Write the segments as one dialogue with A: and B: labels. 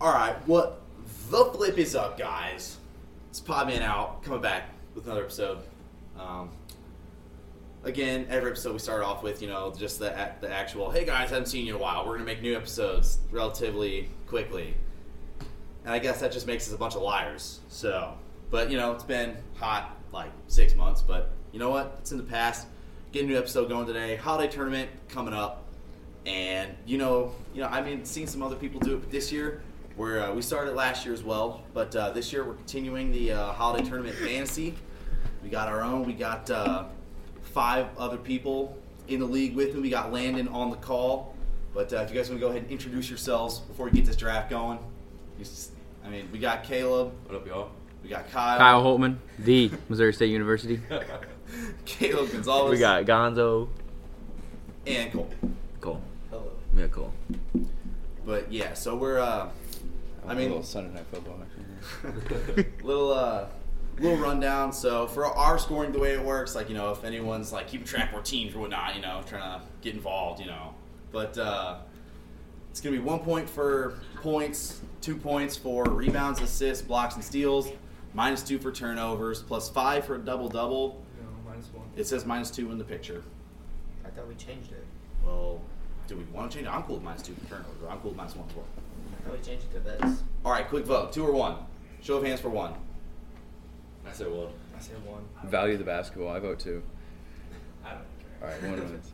A: All right, what the flip is up, guys? It's Podman out, coming back with another episode. Um, again, every episode we start off with, you know, just the a- the actual, hey guys, haven't seen you in a while. We're gonna make new episodes relatively quickly, and I guess that just makes us a bunch of liars. So, but you know, it's been hot like six months, but you know what? It's in the past. Get a new episode going today. Holiday tournament coming up, and you know, you know, I mean, seen some other people do it this year. Where uh, we started last year as well, but uh, this year we're continuing the uh, holiday tournament fantasy. We got our own. We got uh, five other people in the league with me. We got Landon on the call. But uh, if you guys want to go ahead and introduce yourselves before we get this draft going, you s- I mean, we got Caleb,
B: What up, y'all?
A: we got Kyle,
C: Kyle Holtman, the Missouri State University.
A: Caleb Gonzalez,
C: We got Gonzo.
A: and Cole.
C: Cole.
A: Hello.
C: Yeah, Cole.
A: But yeah, so we're, uh, I mean,
D: Sunday night football. Actually.
A: little uh little rundown so for our scoring the way it works like you know if anyone's like keeping track of our teams or whatnot you know trying to get involved you know but uh it's gonna be one point for points two points for rebounds assists blocks and steals minus two for turnovers plus five for a double double
E: No, minus one.
A: it says minus two in the picture
E: I thought we changed it.
A: well do we want to change it i'm cool with minus two for turnovers i'm cool with minus one for
E: I thought we changed it to this.
A: all right quick vote two or one show of hands for one
B: I said well.
E: I said one.
D: Value the basketball. I vote two.
E: I don't
D: All right, one of us.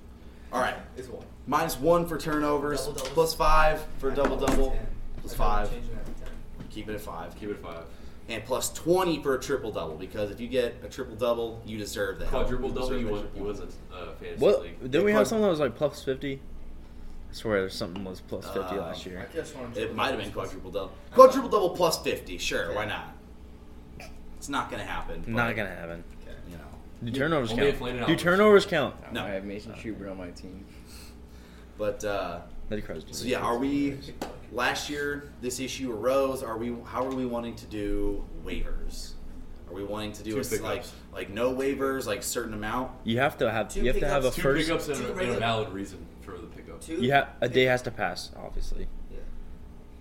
A: all right
E: It's one.
A: Minus one for turnovers,
E: Double doubles.
A: plus five for double double, plus five.
E: Changing that to ten.
A: Keep it at five,
B: Keep it five.
A: and plus twenty for a triple double. Because if you get a triple double, you deserve that.
B: Quadruple
A: You
B: double.
A: deserve
B: You
A: that
B: won.
A: triple
B: You
A: double.
B: won the uh, fantasy league.
F: What? Did we
A: Like-
F: have something that was like plus fifty? I swear, there's something was plus fifty
A: Uh,
F: last year.
E: I just want to
A: It might have been quadruple double. Quadruple double plus fifty. Sure, why not? It's not gonna happen. but,
F: Not gonna happen.
A: You know,
F: Do turnovers
B: Only if Landon
F: count? Do
B: Alvarez-
F: turnovers count?
A: No.
D: I have Mason Schubert on my team.
A: but uh,
F: That crowd's
A: so yeah, are we? Last year, this issue arose. Are we? How are we wanting to do waivers? Are we wanting to do
B: Two
A: a, s- like
B: pickups.
A: like no waivers, like certain amount?
F: You have to have.
E: Two
F: You have to have a
E: pickups,
B: Two
F: first.
B: pickups and
E: two
B: a, and
E: regular-
B: a valid reason for the pickups
E: two.
F: You have a day has to pass, obviously.
E: Yeah.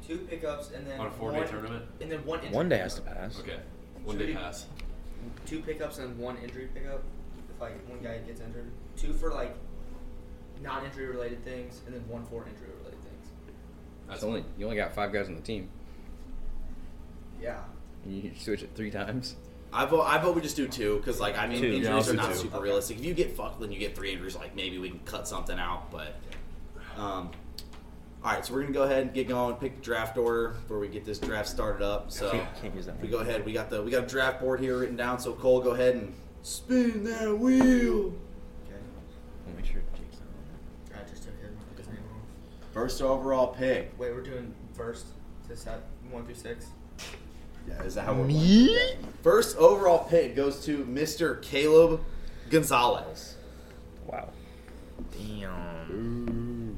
E: Two pickups and then
B: on a four-day
E: one,
B: tournament.
E: And then one. Injury
F: One day has to
E: pickup.
F: pass.
B: Okay, one
E: Should
B: day
E: we-
B: pass.
E: Two pickups and one injury pickup. If like one guy gets injured, two for like non-injury related things, and then one for injury related things.
B: That's
D: That's only you only got five guys on the team.
E: Yeah.
D: And you switch it three times.
A: I vote. I vote we just do two because, like, I mean,
F: Two.
B: Yeah,
A: injuries
B: I'll
A: are
B: do
A: not
B: two.
A: super realistic. If you get fucked, then you get three injuries. Like, maybe we can cut something out. But, um, all right. So we're gonna go ahead and get going. Pick the draft order before we get this draft started up. So
F: Can't, can't use that.
A: we
F: One.
A: go ahead. We got the we got a draft board here written down. So Cole, go ahead and spin that wheel.
E: Okay.
F: We'll make sure Jake's not on
E: I just took his name off.
A: First overall pick.
E: Wait, we're doing first to set one through six.
A: Yeah, is that how we're Me? First overall pick goes to Mr. Caleb Gonzalez.
F: there. Wow. Damn.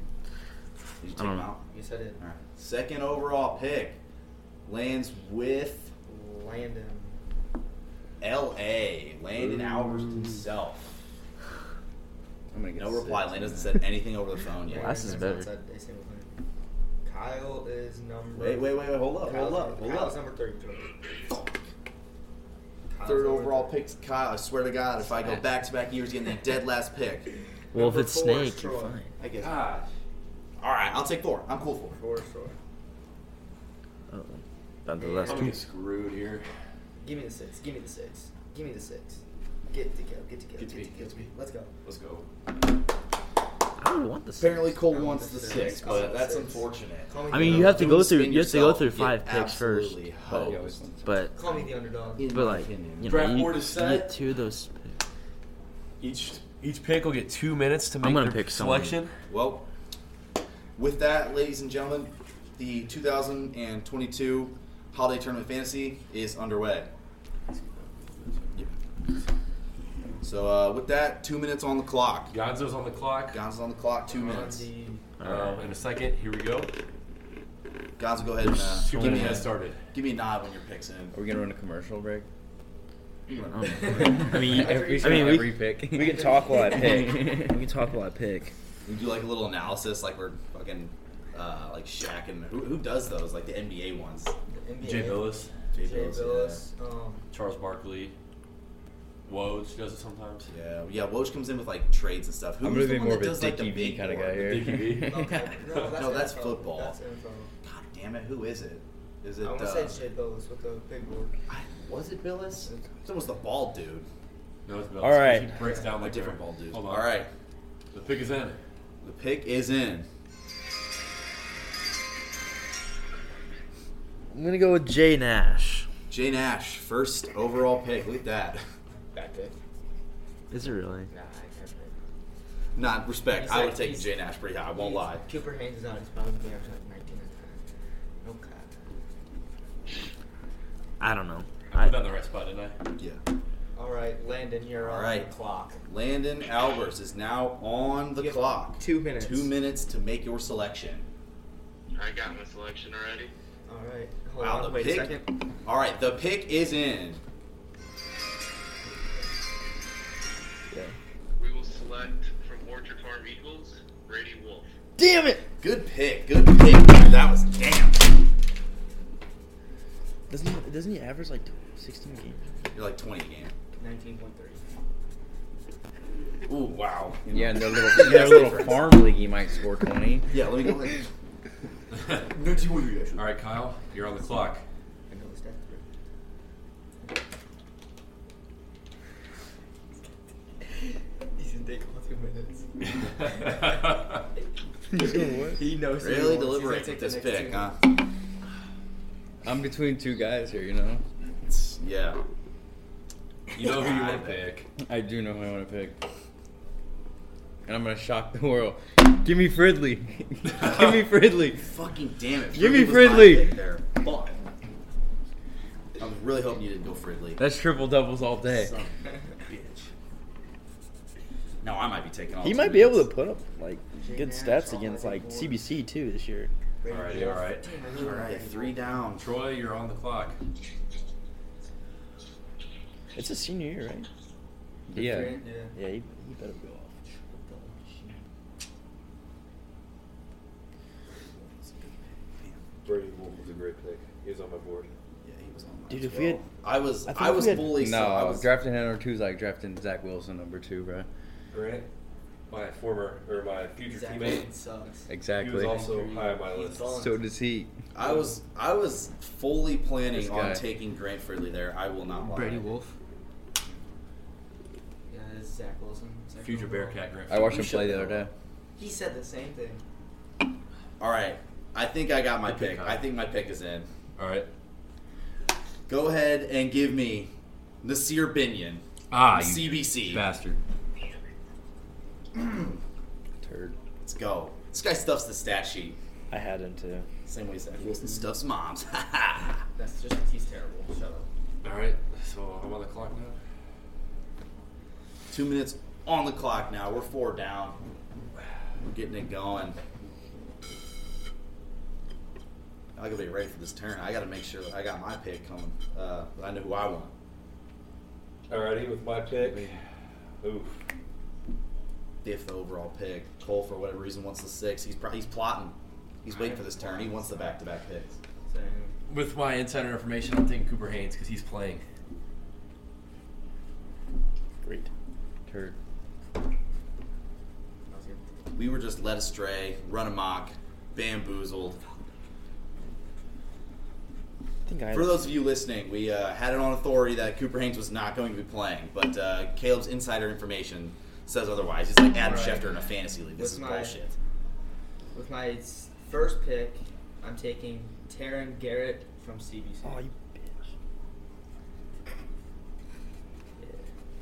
A: Did you
F: I
A: take
F: don't
A: him
F: know.
A: out?
E: You said it.
A: All right. Second overall pick lands with
E: Landon.
A: L.A. Landon Albers himself.
D: I'm gonna get
A: No
D: six.
A: reply. Landon hasn't said anything over the phone yet.
F: Well, that's- is better.
E: Kyle is number.
A: Wait, wait, wait, wait. Hold up,
E: Kyle's
A: hold up,
E: number-
A: hold
E: Kyle's
A: up.
E: number thirty. Jordan. Kyle's
A: Third
E: number
A: overall
E: 30.
A: pick's Kyle. I swear to God, if I go back to back years, getting the dead last pick.
F: Well, if
E: Number
F: it's
E: four is
F: Snake, you're
E: Troy.
F: fine.
A: I guess. All
B: Gosh.
A: right, I'll take four. I'm cool for it.
E: Four is Troy.
F: Oh,
E: Yeah.
F: that, that's
B: I'm
E: Probably
F: two.
B: getting screwed here.
E: Give me the six. Give me the six. Give me the six. Get to go. Get to go.
B: Get to me,
E: go,
B: get to me.
E: Let's go.
B: Let's go.
F: I would want this.
A: Apparently, Cole
E: I'm
A: wants the
E: the
A: six,
E: six.
A: but
E: I'm
A: that's
E: six.
A: unfortunate.
E: Call me the
F: I mean, you
E: under-
F: have to
A: Dude,
F: go through.
A: spin
F: You have to go
A: yourself.
F: through
A: You
F: five picks first.
A: absolutely
F: But,
D: Yeah, always-
F: but,
E: Call me the underdog.
A: In
F: but
A: my
F: like,
A: opinion.
F: you know,
B: Draft
F: you,
B: board
F: you
B: is set.
F: get two of those. Picks.
B: Each each pick will get two minutes to
F: make gonna their pick someone.
B: selection.
A: Well, with that, ladies and gentlemen, the 2022 Holiday Tournament Fantasy is underway. So, uh, with that, two minutes on the clock.
B: Gonzo's on the clock.
A: Gonzo's on the clock, two
E: On
A: minutes.
E: the-
B: Um, in a second, here we go.
A: Gonzo, go ahead and uh,
B: Two
A: give, me
B: minutes has
A: a,
B: started.
A: give me a nod when your pick's in.
D: Are we gonna run a commercial break?
F: I mean, you-
D: We
F: I
D: should
F: mean,
D: have
F: we,
D: pick.
F: we can talk while I pick. we can talk while I pick.
A: We do like a little analysis, like we're fucking uh, like Shaq and who, who does those? Like the NBA ones.
E: The NBA,
G: Jay Billis,
A: Jay
E: Jay
A: Billis, yeah.
E: Billis, Um,
G: Charles Barkley, Woj does it sometimes.
A: Yeah, yeah. Woj comes in with like trades and stuff.
D: I'm
A: Who's
D: gonna
A: the
D: be
A: one
D: more
A: that
D: of a
A: does like
D: Dickie
A: the
D: V
A: big
D: kind of guy
A: one?
D: here.
G: Dickie V.
E: okay. No, that's,
A: No, that's
E: NFL.
A: football.
E: That's info.
A: God damn it! Who is it? Is
E: I
A: it?
E: want to
A: uh,
E: say it's Jay Billis with the big board.
A: I- was it Billis? It was the bald dude.
G: No, it's Billis.
F: All right.
G: He breaks down
A: A
G: like
A: different
G: they're-
A: bald dude.
G: Hold on.
A: All right,
G: The pick is in.
A: the pick is in.
F: I'm gonna go with Jay Nash.
A: Jay Nash, first overall pick. Look at that.
E: Back pick.
C: Is it really?
E: Nah, I can't
A: Not respect.
E: He's
A: I
E: like-
A: would have taken
E: he's-
A: Jay Nash pretty high. I won't lie.
E: Cooper Haynes is on his phone. He actually like 19 and a half. No cap.
F: I don't know.
G: I
F: I,
G: put that in the right spot, didn't I?
A: Yeah.
E: All right, Landon, you're
A: All
E: on
A: right.
E: the clock.
A: Landon Albers is now on the
E: You have
A: clock.
E: Two minutes.
A: Two minutes to make your selection.
H: I got my selection already.
E: All right. Hold
A: Wow, the
E: on. Wait
A: pick.
E: a second.
A: All right, the pick is in.
H: We will select from Orchard Farm Eagles, Brady Wolf.
F: damn it!
A: Good pick. Good pick. That was damn.
F: Doesn't he, doesn't he average like 16 games?
A: You're like 20 a game.
E: 19.3.
A: Ooh, wow. You know.
D: Yeah, in their little, in their little farm league, he might score 20.
A: Yeah, let me go. Like,
G: All right, Kyle, you're on the clock.
E: I know it's that three. He's gonna take all two minutes. He knows. he
A: really
E: wants- he's gonna
A: deliberate
E: take
A: with
E: the
A: this
E: next
A: pick,
E: two.
A: huh?
D: I'm between two guys here, you know?
A: It's- Yeah.
G: you know who you want to pick.
D: I do know who I want to pick. And I'm going to shock the world. Give me Fridley. Give me Fridley.
A: Fucking damn it.
D: Give me
A: was my
D: Fridley.
A: pick there. Fuck. I was really hoping you didn't go Fridley.
D: That's triple doubles all day.
A: Son of a bitch. No, I might be taking all
F: He
A: two
F: might be able to
A: minutes.
F: put up like
E: Jay
F: good
E: Nash,
F: stats
E: all
F: against
E: over
F: like
E: the board.
F: CBC too this year.
E: Brady
G: Alrighty,
E: Wolf.
G: alright.
E: Damn, I really
A: All
E: want
A: right,
E: Brady
A: three
E: Wolf.
A: down.
G: Troy, you're on the clock.
F: It's his senior year, right?
D: Yeah.
E: Three, yeah.
F: Yeah, he, he better go off.
I: Brady Wolf was a great pick. He was on my board.
A: Yeah, he was on mine
F: Dude,
A: as
F: if we had-
A: well. I was,
F: I
A: I,
F: think if
A: was
F: we had-
A: fully.
D: No,
A: I was
D: drafting him number two is like drafting Zach Wilson number two, bro.
I: Grant, my former or my future
E: Zach
I: teammate,
E: Wilson sucks.
I: he
D: Exactly.
I: was also high on my
E: He's
I: list.
E: all-
D: So does he.
A: I was, I was fully planning
D: This
A: on
D: guy.
A: taking Grant Fridley there. I will not lie.
C: Wolf.
E: Yeah, it's uh, Zach Wilson. Second
G: Future
E: overall.
G: Bearcat Griffin.
D: I watched
A: You
D: him play
A: should
D: the other
A: know.
D: day.
E: He said the same thing.
A: All right, I think I got my
G: Good pick,
A: pick.
G: Kyle.
A: I think my pick is in.
G: All right.
A: Go ahead and give me Nasir Binion,
G: Ah, you
A: CBC.
G: bastard.
D: Turd.
A: Let's go. This guy stuffs the stat sheet.
F: I had him too.
A: Same way Zach Wilson stuffs moms.
E: That's just he's terrible. Shut up.
G: All right, so I'm on the clock now.
A: Two minutes on the clock now. We're four down. We're getting it going. I gotta be ready for this turn. I gotta make sure that I got my pick coming. Uh, that I know who I want.
I: Alrighty, with my pick. Oof.
A: If the overall pick, Cole for whatever reason wants the six. He's pro- he's plotting. He's waiting for this turn. He wants the back-to-back picks.
E: Same.
G: With my insider information, I'm taking Cooper Haynes because he's playing.
F: Great.
D: Turd.
E: That was good.
A: We were just led astray, run amok, bamboozled.
F: I think I
A: For those of you listening, we uh, had it on authority that Cooper Haynes was not going to be playing, but uh, Caleb's insider information says otherwise. He's like Adam
E: Right.
A: Schefter in a fantasy league. This
E: With
A: is
E: my-
A: bullshit.
E: With my s- first pick, I'm taking Taryn Garrett from CBC.
F: Oh, you bitch.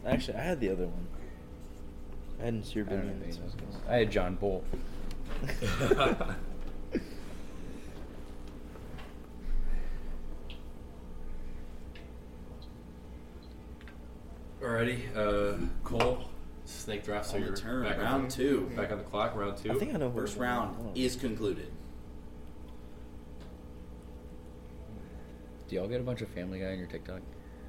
E: Yeah.
F: Actually, I had the other one. I hadn't sure
D: I, don't
F: been
D: know
F: in
D: if
F: this
D: he knows
F: one.
D: this. I had John Bull.
G: Alrighty, uh, Cole, snake draft. So
A: On
G: you're
A: the turn,
G: back on,
A: round two.
G: back on the clock. Round two.
F: I think I know who
A: First
F: the one
A: round
F: is.
A: is concluded.
D: Do y'all get a bunch of Family Guy on your TikTok?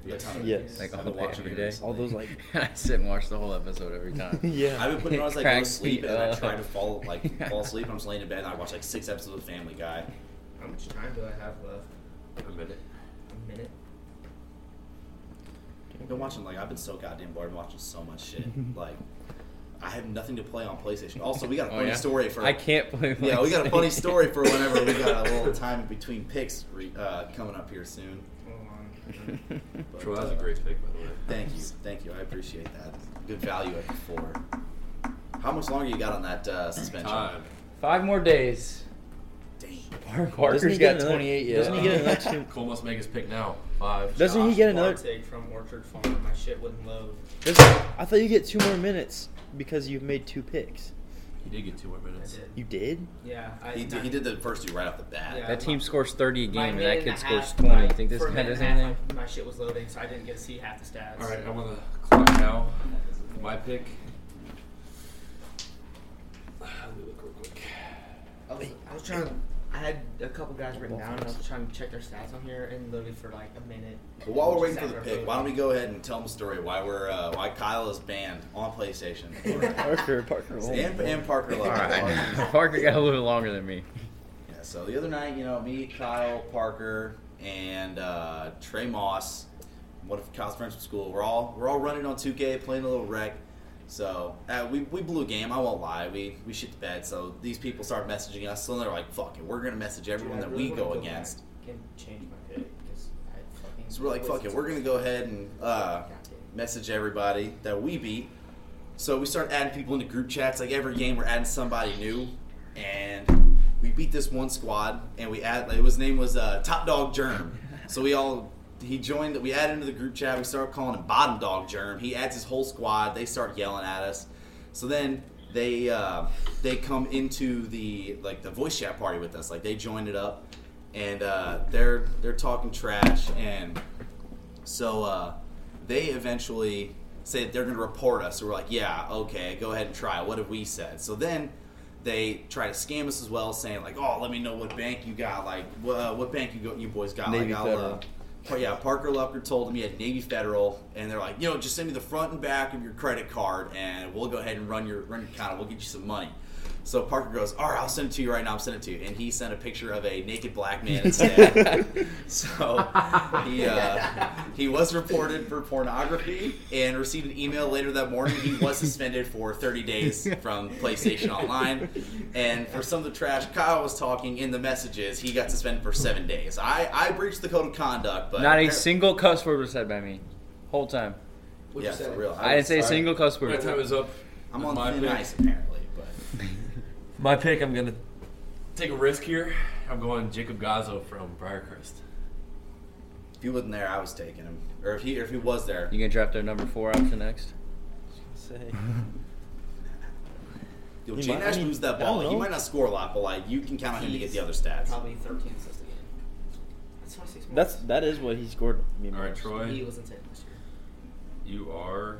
A: a ton of
F: Yes.
A: movies.
D: Like
A: I've
D: all
A: been
D: day,
A: watching
D: every
A: it
D: day.
A: recently.
F: All those like
D: I sit and watch the whole episode every time.
F: yeah.
A: I've been putting it on as I go to
D: Cracks
A: sleep,
D: me
A: and then I
D: up.
A: try to fall like fall asleep. and I'm just laying in bed, and I watch like six episodes of Family Guy.
E: How much time do I have left?
G: A minute.
E: A minute.
A: I've been watching like I've been so goddamn bored. I'm watching so much shit. Like I have nothing to play on PlayStation. Also, we got a
D: Oh,
A: funny
D: yeah?
A: story for
D: I can't play.
A: Yeah, we got a funny
D: PlayStation.
A: story for whenever we got a little time in between picks re- uh, coming up here soon.
E: Hold on.
A: But,
G: Troy, that was a
A: uh,
G: great pick, by the way.
A: Thank you, thank you. I appreciate that. Good value at the four. How much longer you got on that uh, suspension?
G: Time.
D: Five more days.
A: Dang.
F: Doesn't
D: Parker's
F: he get
D: got
F: another-
D: 28 yet.
F: Doesn't he get another two?
G: Cole must make his pick now. Five.
F: Doesn't he get another?
E: Bartig from Orchard Farm. My shit wouldn't load.
F: doesn't- I thought you get two more minutes because you've made two picks.
G: He did get two more
E: I
G: minutes.
E: did.
F: You did?
E: Yeah. I,
A: He did, he did the first two right off the bat.
E: Yeah.
D: That team scores 30 a game,
E: My
D: and that
E: minute
D: kid
E: a
D: scores
E: half,
D: 20.
E: my-
D: You think this
E: for a
D: guy
E: minute
D: does
E: and a half,
D: anything?
E: My, my shit was loading, so I didn't get to see half the stats.
G: All right, I'm on the clock now. My pick. Let me look real quick.
E: I was, I was trying. to- I had a couple guys written down, and I was trying to check their stats on here, and literally for like a minute.
A: But while we're waiting for
E: Sat
A: the
E: there
A: pick, why don't we go ahead and tell them the story why we're uh, why Kyle is banned on PlayStation
F: Parker, Parker. won't.
A: and, and Parker
D: All
A: Love.
D: right. Parker got a little longer than me.
A: Yeah, so the other night, you know, me, Kyle, Parker, and uh, Trey Moss, one of Kyle's friends from school, we're all we're all running on 2K, playing a little rec. So uh, we, we blew a game. I won't lie. We we shit the bed. So these people start messaging us. So they're like, "Fuck it, we're gonna message
E: Dude, I
A: everyone that
E: really
A: we
E: wanna
A: go
E: back
A: against."
E: and change my pick, 'cause I fucking
A: So we're like, "Fuck it, we're gonna go ahead and uh, message everybody that we beat." So we start adding people into group chats. Like every game, we're adding somebody new, and we beat this one squad. And we add like, his name was uh, Top Dog Germ. So we all he joined. We added into the group chat. We start calling him Bottom Dog Germ. He adds his whole squad. They start yelling at us. So then they uh, they come into the like the voice chat party with us. Like they joined it up, and uh, they're they're talking trash and so uh, they eventually say that they're going to report us. So we're like, yeah, okay, go ahead and try. it. What have we said? So then they try to scam us as well, saying like, oh, let me know what bank you got, like wh- uh, what bank you go, you boys got.
F: Navy
A: like,
F: Federal.
A: Par- yeah, Parker Lucker told him he had Navy Federal, and they're like, you know, just send me the front and back of your credit card, and we'll go ahead and run your run your account. and We'll get you some money. So Parker goes, all right, I'll send it to you right now. I'll send it to you, and he sent a picture of a naked black man instead. so he uh, he was reported for pornography and received an email later that morning. He was suspended for 30 days from PlayStation Online, and for some of the trash Kyle was talking in the messages, he got suspended for seven days. I I breached the code of conduct, but
D: Not a
A: appar-
D: single cuss word was said by me. Whole time.
A: yeah, for real.
D: I didn't say a
A: sorry.
D: single cuss
G: My
D: word.
G: time is up.
A: I'm
G: It's
A: on
G: my
A: thin
G: pick.
A: ice apparently, but
B: My pick, I'm gonna.
G: Take a risk here. I'm going Jacob Gazzo from Briarcrest.
A: if he wasn't there, I was taking him, or if he or if he was there,
D: You gonna draft their number four option next?
F: Say.
A: Yo,
F: He
A: Jay
F: might-
A: Nash
F: I mean,
A: moves that
F: I
A: ball.
F: don't
A: He
F: know.
A: might not score a lot, but like you can count on him to get the other stats.
E: Probably 13 assists a game. That's 26 more.
F: That's that is what he scored. Me
G: All right,
F: most.
E: He
G: Troy,
E: was insane this year.
G: you are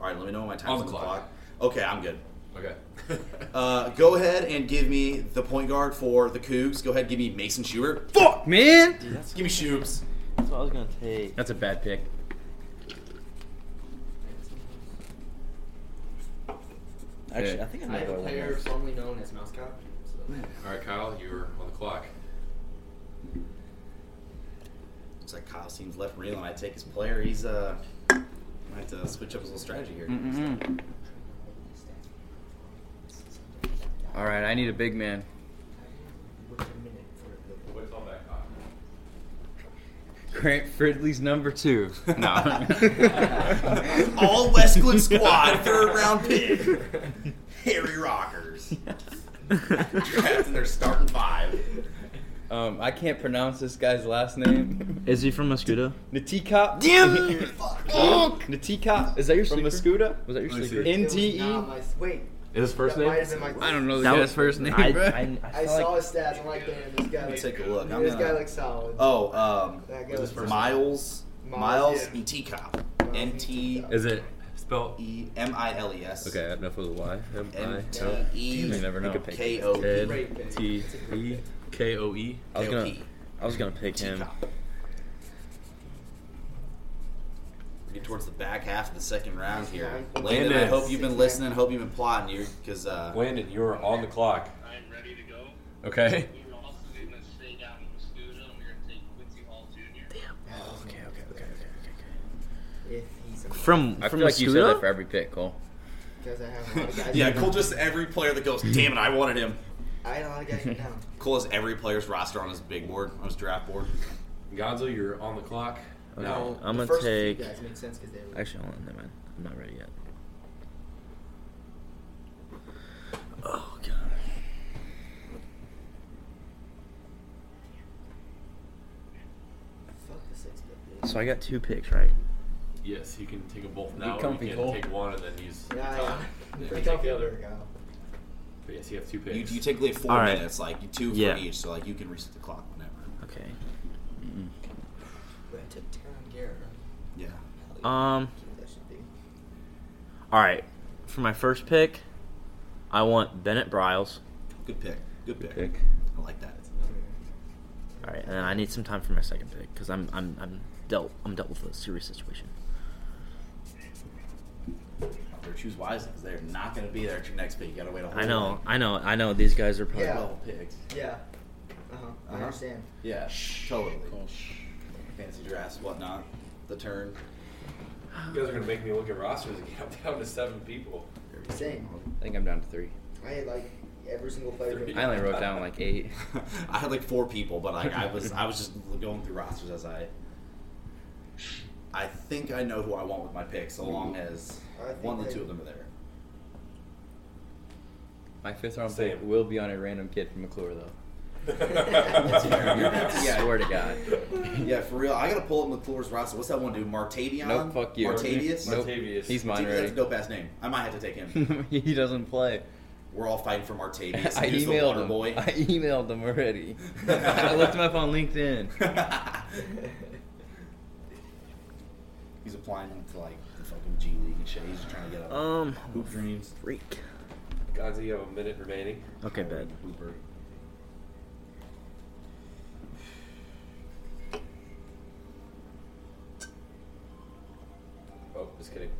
A: All right, let me know when my time's
G: On
A: on
G: the
A: the,
G: clock.
A: clock. Okay, I'm good.
G: okay.
A: Uh, go ahead and give me the point guard for the Cougs. Go ahead, and give me Mason Schubert.
D: Fuck, man!
F: Dude, that's,
A: Give me Shubes.
F: that's what I was gonna take.
D: That's a bad pick.
F: Actually,
D: Yeah.
F: I think I
E: I have
F: know who I
E: a
F: want
E: player
F: next.
E: formerly known as Mouse Cop. So.
G: All right, Kyle, you're on the clock.
A: Looks like Kyle seems left real, and I take his player. He's uh, might have to switch up his little strategy here.
D: Mm-mm. All right, I need a big man. Grant Fridley's number two. No.
A: All Westwood squad, third round pick. Harry Rockers. Drafting their starting five.
D: um, I can't pronounce this guy's last name.
F: Is he from Mosquito?
D: Natikop.
F: Damn!
D: Natikop. Is that your
F: From
D: sleeper?
F: Mascuda?
D: Was that your
G: Let me see.
D: sleeper?
G: It
E: It was
F: E?
E: not
D: NTE.
E: my- Wait.
G: Is his first
E: that might
G: name?
E: have been my-
D: I don't know the
F: That
D: guy's
F: was-
D: first name.
F: I,
D: bro.
F: I, I,
E: I
F: felt
E: saw
F: like,
E: his stats. I'm like, damn, this guy.
A: Let's
E: Looks,
A: take a look. I'm
E: this
A: gonna-
E: guy looks solid.
A: Oh, um,
E: That
A: what
E: goes
A: was
E: for-
A: Miles,
E: Miles,
A: Miles, E
E: yeah.
A: and T-Cop.
E: Miles E and T-Cop.
G: Is it spelled? E?
A: E N-T-E-M-I-L-E-S.
D: Okay, enough with the Y. M I
A: E
D: L. Damn, you never know.
A: N-T-E-K-O-P.
E: Great pick.
D: N T E.
G: E. K O E.
F: I was gonna pick him.
A: T-Cop. get towards the back half of the second round here.
E: Yeah.
A: Landon, I
B: Landon.
A: hope you've been listening. Hope you've been plotting here because uh,
B: Landon, you're on the clock.
H: I'm ready to go.
B: Okay.
H: We were also going to stay down in Muskota, and we were going to take Quincy Hall Jr.
F: Okay, okay, okay, okay,
E: If he's a
F: From
D: I
F: from
D: feel like you said
F: Mosquito?
D: that for every pick, Cole.
E: because I have a lot of guys.
A: yeah, Cole just every player that goes, damn it, I wanted him.
E: I had a lot of guys down.
A: Cole has every player's roster on his big board, on his draft board.
G: Gonzo, you're on the clock. Now,
F: I'm
E: the
F: gonna
E: first few
F: take.
E: guys make sense because they were.
F: Actually, hold on, never mind. I'm not ready yet. Oh god.
E: Fuck the six bit. dude.
F: So I got two picks, right?
G: yes, you can take them both now. or
D: comfy,
G: you can
D: Cole.
G: take one and then use. the
E: Yeah,
G: top.
E: yeah.
G: Yeah,
E: Pick
G: you
E: up
G: take
E: the
G: the
E: other
G: other.
E: guy.
G: But yes, you have two
A: You,
G: picks.
A: you take like four
F: All right.
A: minutes, like you two
F: Yeah.
A: for each, so like you can reset the clock whenever.
F: Okay. Mm-hmm.
E: But I took Taron Garrett.
A: Yeah.
E: Hell yeah.
F: Um.
E: That should be.
F: All right. For my first pick, I want Bennett Briles.
A: Good pick. Good pick.
D: Pick.
A: I like that.
F: All right, and then I need some time for my second pick because I'm I'm I'm dealt I'm dealt with a serious situation.
A: Or choose wisely because they're not going to be there at your next pick. You got to wait a whole
F: I know,
A: long-
F: I know, I know. These guys are probably.
E: Yeah.
A: twelve picks.
E: Yeah. Uh-huh. I
A: Uh-huh.
E: understand.
A: Yeah, totally. Fancy drafts, whatnot. The turn.
G: You guys are gonna make me look at rosters again. I'm down to seven people.
E: Same.
D: I think I'm down to three.
E: I had like every single player.
G: Three.
D: I only wrote down like eight.
A: I had like four people, but like I was I was just going through rosters as I. I think I know who I want with my pick, so long as
E: I think
A: one of the
E: they-
A: two of them are there.
D: My fifth round pick
G: Same.
D: will be on a random kid from McClure, though.
A: Yeah.
D: Swear to God.
A: Yeah, for real. I gotta pull up McClure's roster. What's that one dude? Martavion.
D: Nope, fuck you.
A: Martavius.
D: Nope.
G: Martavius.
D: He's mine
A: Martavius, that's a
D: already.
A: dope ass name. I might have to take him.
D: he doesn't play.
A: We're all fighting for Martavius.
D: I
A: He's the
D: emailed
A: water
D: him.
A: boy.
D: I emailed him already. I looked him up on LinkedIn.
A: He's applying to like the fucking G League and shit. He's just trying to get a
F: Um,
A: hoop dreams.
F: freak.
G: Gonzo, you have a minute remaining.
F: Okay, bad.
A: Hooper.
G: Oh, just kidding.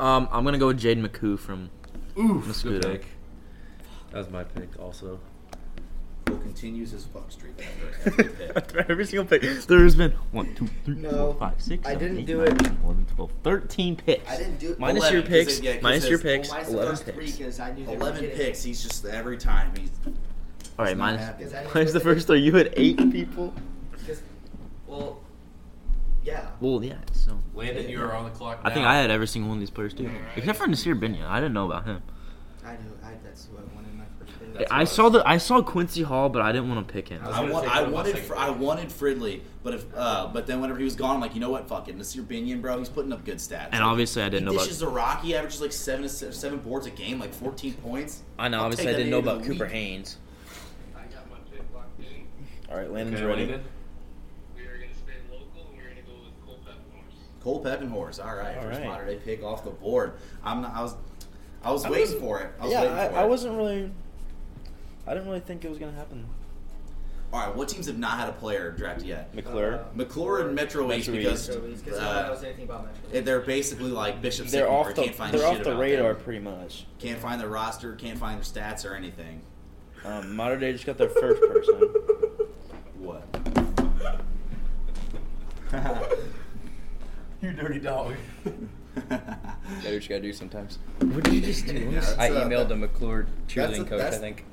F: Um, I'm gonna go with Jaden McCoo from
D: Oof,
F: Mosquito.
D: That was my pick, also.
A: Will continues his fuck streak after every pick.
F: Every single pick. There's been one, two, three,
E: No,
F: four, five, six,
E: I
F: seven,
E: didn't
F: eight,
E: do
F: nine,
E: it.
F: 10, 11, 12, 13 picks.
E: I didn't do it.
F: Minus your
A: 11, 'cause
F: picks.
A: it- yeah, 'cause
F: minus your
A: it's-
F: picks.
E: Well, minus the
F: 11
E: first three
F: picks.
E: because I knew they were
A: Eleven
E: getting-
A: picks. He's just every time. He's
F: All right,
A: It's not
F: minus.
A: happening.
F: Minus the first three. You had eight people.
E: 'Cause- well, yeah.
F: Well, yeah. So
G: Landon, you are on the clock. Now.
F: I think I had every single one of these players too, except for Nasir Binya. I didn't know about him.
E: I knew. I, that's who I wanted in my first pick.
G: That's
F: I
G: what
F: saw the I saw Quincy Hall, but I didn't want to pick him.
G: I
A: I,
G: was gonna
A: want,
G: take
A: I
G: him on
A: wanted
G: second
A: Fr-
G: pick.
A: I wanted Fridley, but if uh, but then whenever he was gone, I'm like, you know what, fuck it, Nasir Binion, bro, he's putting up good stats.
F: And
A: Like,
F: obviously I didn't
A: he
F: know about-
A: dishes a rock. He averages like seven seven boards a game, like 14 points.
F: I know.
A: I'll
F: Obviously, I
A: take that
F: didn't know
A: any day
F: about
A: of the
F: Cooper
A: week.
F: Haynes.
H: I got my pick locked in.
F: All right,
G: Okay,
F: Landon's
G: Landon.
H: We are going to stay local, and we are going to go with Cole Peppermore.
A: Cole Peppenhorse. All right,
F: All
A: first
F: right.
A: modern day pick off the board. I'm not. I was. I was waiting for it. I was waiting for it.
F: really. I didn't really think it was gonna happen.
A: All right, what teams have not had a player drafted yet?
F: McClure.
A: McClure and Metro East
F: Metro
A: because
E: So he's because I
A: uh,
E: knows anything about Metro.
A: they're basically like Bishop.
F: they're
A: Sycamore,
F: off the
A: can't find
F: they're
A: shit
F: off the
A: about
F: radar
A: them.
F: pretty much.
A: Can't find their roster. Can't find their stats or anything.
F: Um, modern day just got their first person.
A: What?
G: You dirty dog.
D: That's what you gotta do sometimes.
F: What did you just do?
A: Yeah, that's,
D: I
A: uh,
D: emailed the McClure
A: that's a-
D: cheerleading coach, I
A: that's-
D: think.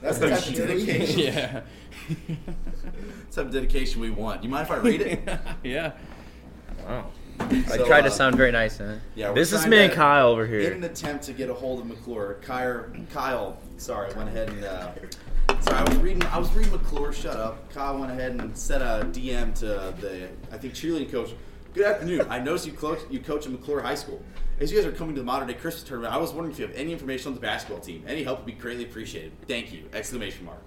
A: That's the type of dedication.
D: yeah.
A: That's the type of dedication we want. You mind if I read it?
D: yeah.
F: Wow.
A: So,
D: I tried
A: uh,
D: to sound very nice, huh?
A: Yeah, we're
F: This is
A: trying
F: me and
A: to-
F: Kyle over
A: In an
F: here.
A: attempt to get a hold of McClure, Kyle, Kyle sorry, went ahead and uh, sorry, I was reading, I was reading McClure. Shut up. Kyle went ahead and sent a DM to the, I think cheerleading coach. Good afternoon. I noticed you coach, you coach at McClure High School. As you guys are coming to the modern day Christmas tournament, I was wondering if you have any information on the basketball team. Any help would be greatly appreciated. Thank you! Exclamation mark.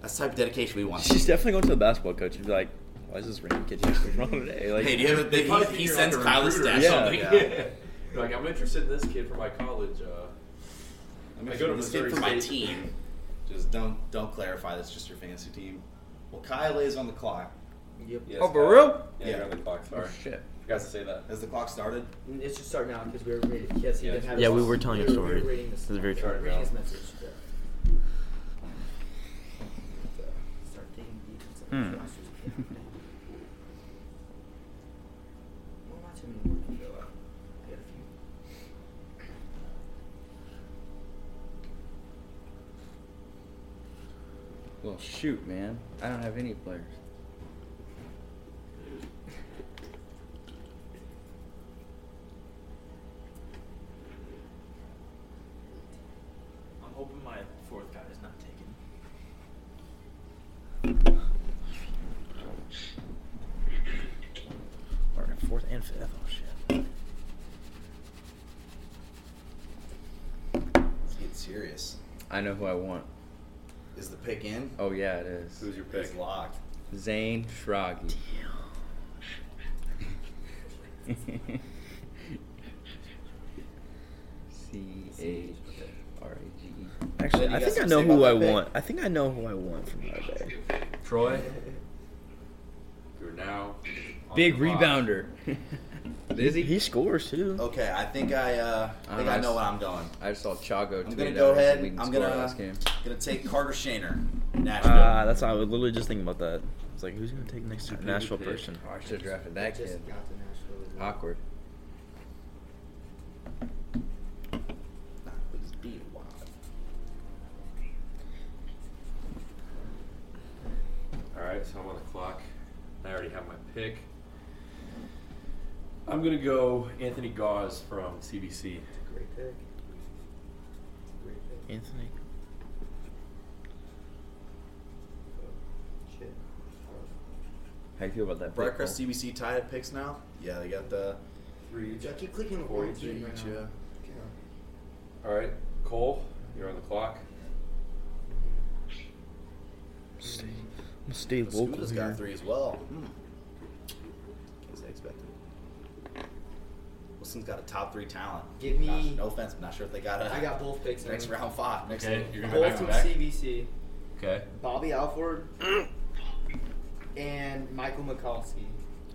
A: That's the type of dedication we want.
D: She's definitely going to the basketball coach and be like, why is this random kid here from today? Like,
A: Hey, do you have a,
G: They
A: he,
G: probably think
A: he
G: you're
A: sends
G: like a
A: Kyle his
G: recruiter
A: stats.
D: Yeah.
A: something.
G: You're like, I'm interested in this kid for my college. Uh,
A: I'm
G: I
A: just
G: go to
A: this kid
G: Missouri
A: for my
G: State.
A: team. Just don't don't clarify. That's just your fantasy team. Well, Kyle is on the clock.
E: Yep.
G: Yes,
D: Oh, for
G: Kyle.
D: real?
G: Yeah,
A: Yeah.
G: you're on the clock. Sorry.
D: Oh, shit.
G: Forgot to say that.
I: Has the clock started?
E: It's just starting out because we were reading. Yes, he
G: Yeah,
E: didn't have
F: yeah,
E: his-
F: we were telling a
E: we were-
F: story.
E: We were reading this.
F: This is very
G: true.
E: Reading his message. Yeah. Start digging deep
D: Hmm.
E: into the philosophy. Well, not too many more to go out. I got a few.
D: Well, shoot, man. I don't have any players.
J: I'm hoping my fourth guy is not taken.
F: All right, fourth and fifth. Oh shit.
A: Let's get serious.
D: I know who I want.
A: Is the pick in?
D: Oh, yeah, it is.
G: Who's your pick?
A: It's locked.
D: Zane Shragi. C H R A G E.
F: Actually,
A: Then you
F: I
A: got
F: think I
A: some
F: know
A: say
F: who I
A: about that pick?
F: want. I think I know who I want from my bag.
B: Troy.
G: You're now. on
D: Big
G: the clock.
D: rebounder. Is
F: He scores too.
A: Okay, I think I uh, I think
D: Uh,
A: I know what I'm doing.
D: I just saw Chago.
A: I'm
D: tweet
A: gonna
D: out,
A: go
D: he said
A: ahead.
D: we can
A: I'm
D: score
A: gonna
D: last game.
A: gonna take Carter Shaner, Nashville.
F: Ah, that's I was literally just thinking about that. It's like who's gonna take next to Nashville person?
D: Oh, I should have drafted that
E: Just
D: kid.
E: got to Nashville.
D: Awkward.
A: Nah, please be wild.
G: All right, so I'm on the clock. I already have my pick. I'm gonna go Anthony Gauze from CBC.
E: Great pick. Great pick.
F: Anthony.
E: Shit.
D: How you feel about that? pick,
A: Brightcrest
D: Cole?
A: CBC tied at picks now. Yeah, they got the
G: Three
E: I keep clicking on the
G: Four
E: wrong
G: each,
E: thing right
A: each,
E: now.
A: yeah.
E: Yeah.
G: All right, Cole, you're on the clock.
F: Stay, I'm gonna stay local
A: Scuda's
F: here.
A: got three as well. Hmm. Guess I expected. Wilson's got a top three talent.
E: Give me-
A: Not- no offense, I'm not sure if they got a.
E: I got both picks.
A: next
E: in.
A: round five. Next
G: Okay,
A: round.
G: you're gonna go
E: Both
G: back to
E: from
G: back.
E: CBC.
G: Okay.
E: Bobby Alford and Michael Mikulski.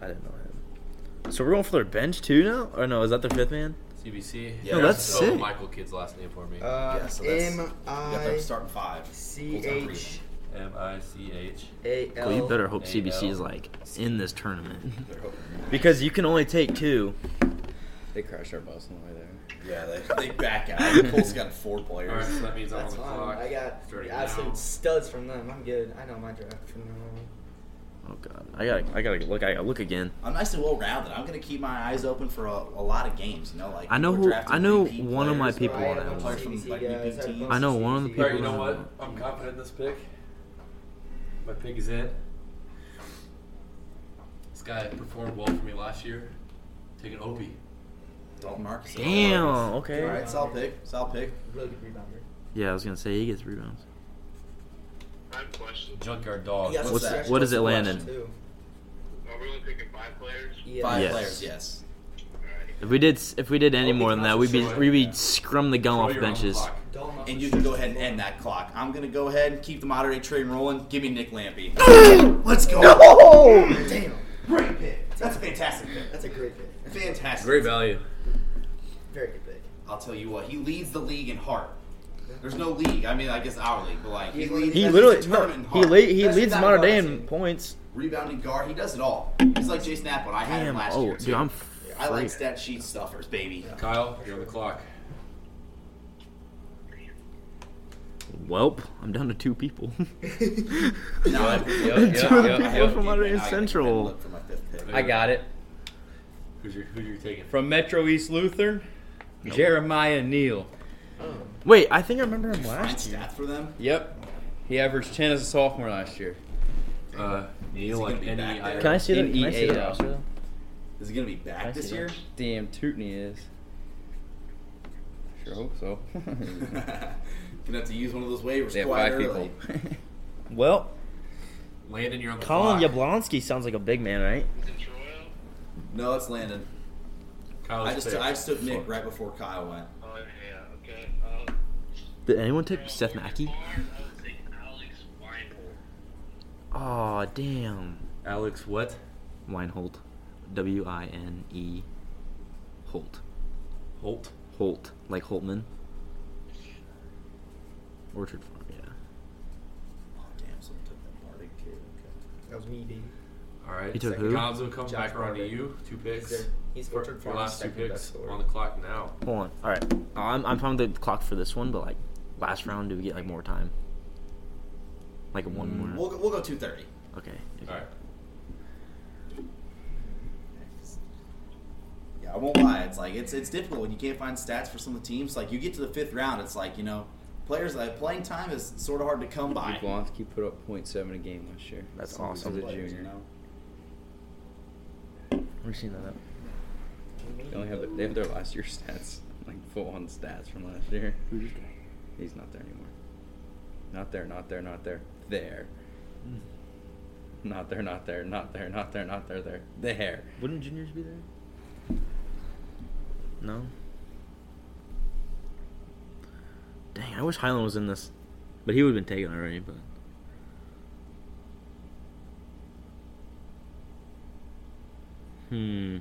F: I didn't know him. So we're going for their bench too now? Or no, is that their fifth man?
G: CBC.
A: Yeah, No,
F: Oh, that's
G: spell
F: sick.
G: Michael Kid's last name for me.
E: Uh,
A: Yeah, so that's-
E: M
A: You got them
E: I
A: starting five.
E: C
A: Goals on three.
E: H
G: M I C H.
E: A L.
F: Well, you better hope
G: There you
F: CBC is
G: go.
F: like in this tournament
A: They're hoping.
F: because you can only take two.
D: They crashed our bus on the way there.
A: Yeah, they, they back out. Cole's got four players.
G: All right, so that means I'm on
E: That's
G: the
E: fine.
G: clock.
E: I got
G: Starting
E: I have
G: now.
E: some studs from them. I'm good. I know my draft from now on.
F: Oh god, I gotta, I gotta look, I gotta look again.
A: I'm nice and well rounded. I'm gonna keep my eyes open for a, a lot of games. You know, like
F: I know
A: we're
F: who-
A: drafting
F: I know
A: repeat
F: one of my
A: players.
F: people
E: I had
F: on
E: a
F: that
E: bunch of
F: one.
E: CBC
A: Like,
E: guys,
A: BBT.
E: had a bunch
A: I
F: know
E: of
F: one of the
E: CBC
G: All right,
E: guys.
G: you know
F: People
G: what?
F: have-
G: I'm confident in this pick. My pick is in. This guy performed well for me last year. Take an Opie.
A: Dalton Marcus.
F: Damn.
A: All
F: Oh, Okay.
A: right, solid pick. Solid pick.
E: Really good rebounder.
F: Yeah, I was gonna say he gets rebounds.
H: I have a question.
G: Junkyard
A: Oh,
G: dog.
E: He has some
A: what's-
E: stretch
F: what is
E: goals
F: it
E: for us,
F: landed?
E: too.
H: Are we only picking five players?
E: Yeah.
A: Five
F: Yes.
A: players. Yes.
H: Alright.
F: If we did, if we did any more than that, we'd be, we'd be scrum the gum
G: Troy,
F: off
G: you're on the
F: benches.
G: clock.
E: Dalton Muffin
A: And you can go ahead and end that clock. I'm gonna go ahead and keep the moderator train rolling. Give me Nick Lampy. Let's go.
E: Damn.
A: Great pick. That's a fantastic pick.
E: That's a great pick.
A: Fantastic.
D: Great value.
E: Very good pick.
A: I'll tell you what. He leads the league in heart. There's no league. I mean, I guess our league, but like he
E: He
A: leads.
F: He
A: that's
F: literally,
A: his
F: no,
A: tournament in
F: he
A: heart.
F: le- he
E: That's
F: leads
E: not
F: modern day
E: about
F: in
E: it.
F: points.
A: rebounding guard. He does it all. He's like Jason Applin. I had him
F: Damn.
A: last
F: Oh,
A: year.
F: dude,
A: too.
F: I'm
A: I like
F: freaked.
A: stat sheet stuffers, baby.
G: Kyle, you're on the clock.
F: Welp, I'm down to two people.
A: No, I-
D: Yep,
F: Two
D: yep, yep,
F: people
D: yep.
F: from Monterey
A: Now I gotta
F: Central.
A: look for my fifth pick.
D: I got it.
G: Who's your who you taking?
D: From Metro East Lutheran, Jeremiah Neal.
F: Wait, I think I remember him
A: Find
F: last year.
A: stats for them.
D: Yep. He averaged 10 as a sophomore last year.
G: Uh, Neil
A: gonna
G: like
A: be
G: any
A: back there?
F: Can I see that?
D: In
F: Can I see
D: EAL.
F: that roster?
A: Is he gonna be back
F: I
A: this
F: see
A: year?
F: that.
D: E Damn Tootney is. Sure hope so.
A: gonna have to use one of those waivers
D: they have
A: quite
D: five
A: early.
D: people.
F: Well,
G: Landon, you're on the
F: Colin
G: clock.
F: Yablonski sounds like a big man, right?
H: Is it Troy?
A: No, it's Landon.
G: Kyle's
A: I just
G: pick.
A: I just took Nick right before Kyle went.
H: Oh, yeah, okay. Um,
F: Did anyone take
H: from
F: Seth
H: Orchard
F: Mackey?
H: Farm, I would take Alex Weinhold.
F: Oh damn.
D: Alex, what?
F: Weinhold. W I N E Holt.
D: Holt.
F: Holt, like Holtman. Orchard Farm, yeah.
A: Oh, damn, someone took that Bardic too. Okay.
E: That was me, baby.
G: All right.
F: He took
G: second
F: who?
G: Gonzo comes
E: Josh
G: back around to
E: Barnett.
G: you. Two picks.
E: there- he's
G: For-
E: Orchard
G: Your
E: Farm's
G: last two
E: second best
G: picks
E: scorer.
G: on the clock now.
F: Hold on. All right. I'm, I'm fine with the clock for this one, but like last round, do we get like more time? Like one more.
A: We'll go, we'll go 230.
F: Okay. okay.
G: Mm. All right.
A: Yeah, I won't lie. It's like it's it's difficult when you can't find stats for some of the teams. Like you get to the fifth round, it's like you know, players like playing time is sort of hard to come by.
D: Blonsky put up .7 a game last year.
F: That's
D: He was
F: awesome.
D: a
A: Players,
D: junior.
A: you know?
F: We've seen that up.
D: They only have their, they have their last year stats, like full on stats from last year.
K: Who's this guy?
D: He's not there anymore. Not there, not there, not there. There.
K: Hmm.
D: Not there, not there, not there, not there, not there, there. There.
F: Wouldn't juniors be there? No. Dang, I wish Highland was in this, but he would have been taken already. But hmm,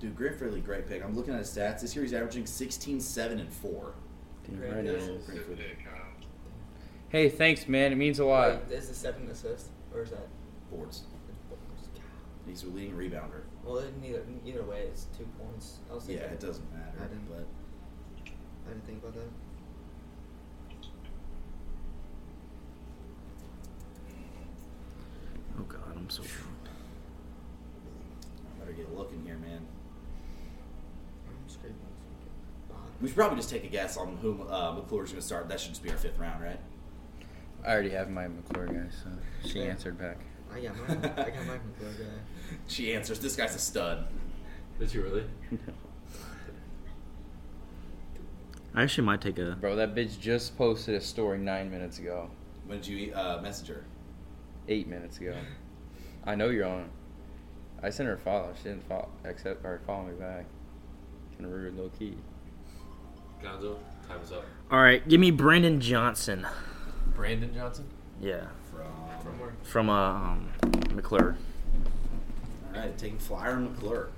A: Dude, Griff really great pick. I'm looking at his stats. This year he's averaging 16, 7, and 4.
D: Damn
E: Great
D: right it
E: news.
D: is.
H: Good pick, huh?
D: Hey, thanks, man. It means a lot.
E: Wait, is the second assist or is that?
A: Boards. He's a leading rebounder.
E: Well, it- neither either way, it's two points. I was
A: Yeah,
E: thinking,
A: it doesn't matter.
E: I didn't-
A: But
E: I didn't think about that.
F: oh god, I'm so.
A: better get looking here, man.
E: I'm scraping.
A: We should probably just take a guess on who uh, McClure's going to start. That should just be our fifth round, right?
D: I already have my McClure guy, so she
E: Yeah.
D: answered back.
E: I got mine. I got mine from Florida.
A: She answers. This guy's a stud.
G: Did you really?
F: I actually might take a.
D: Bro, that bitch just posted a story nine minutes ago.
A: When did you uh, message her?
D: Eight minutes ago. I know you're on. I sent her a follow. She didn't follow, accept or follow me back. Kind of rude, low key.
G: Gonzo, time is up.
F: All right, give me Brandon Johnson.
G: Brandon Johnson.
F: Yeah,
E: From where?
F: from uh, um, McClure.
A: All right, taking Flyer and McClure.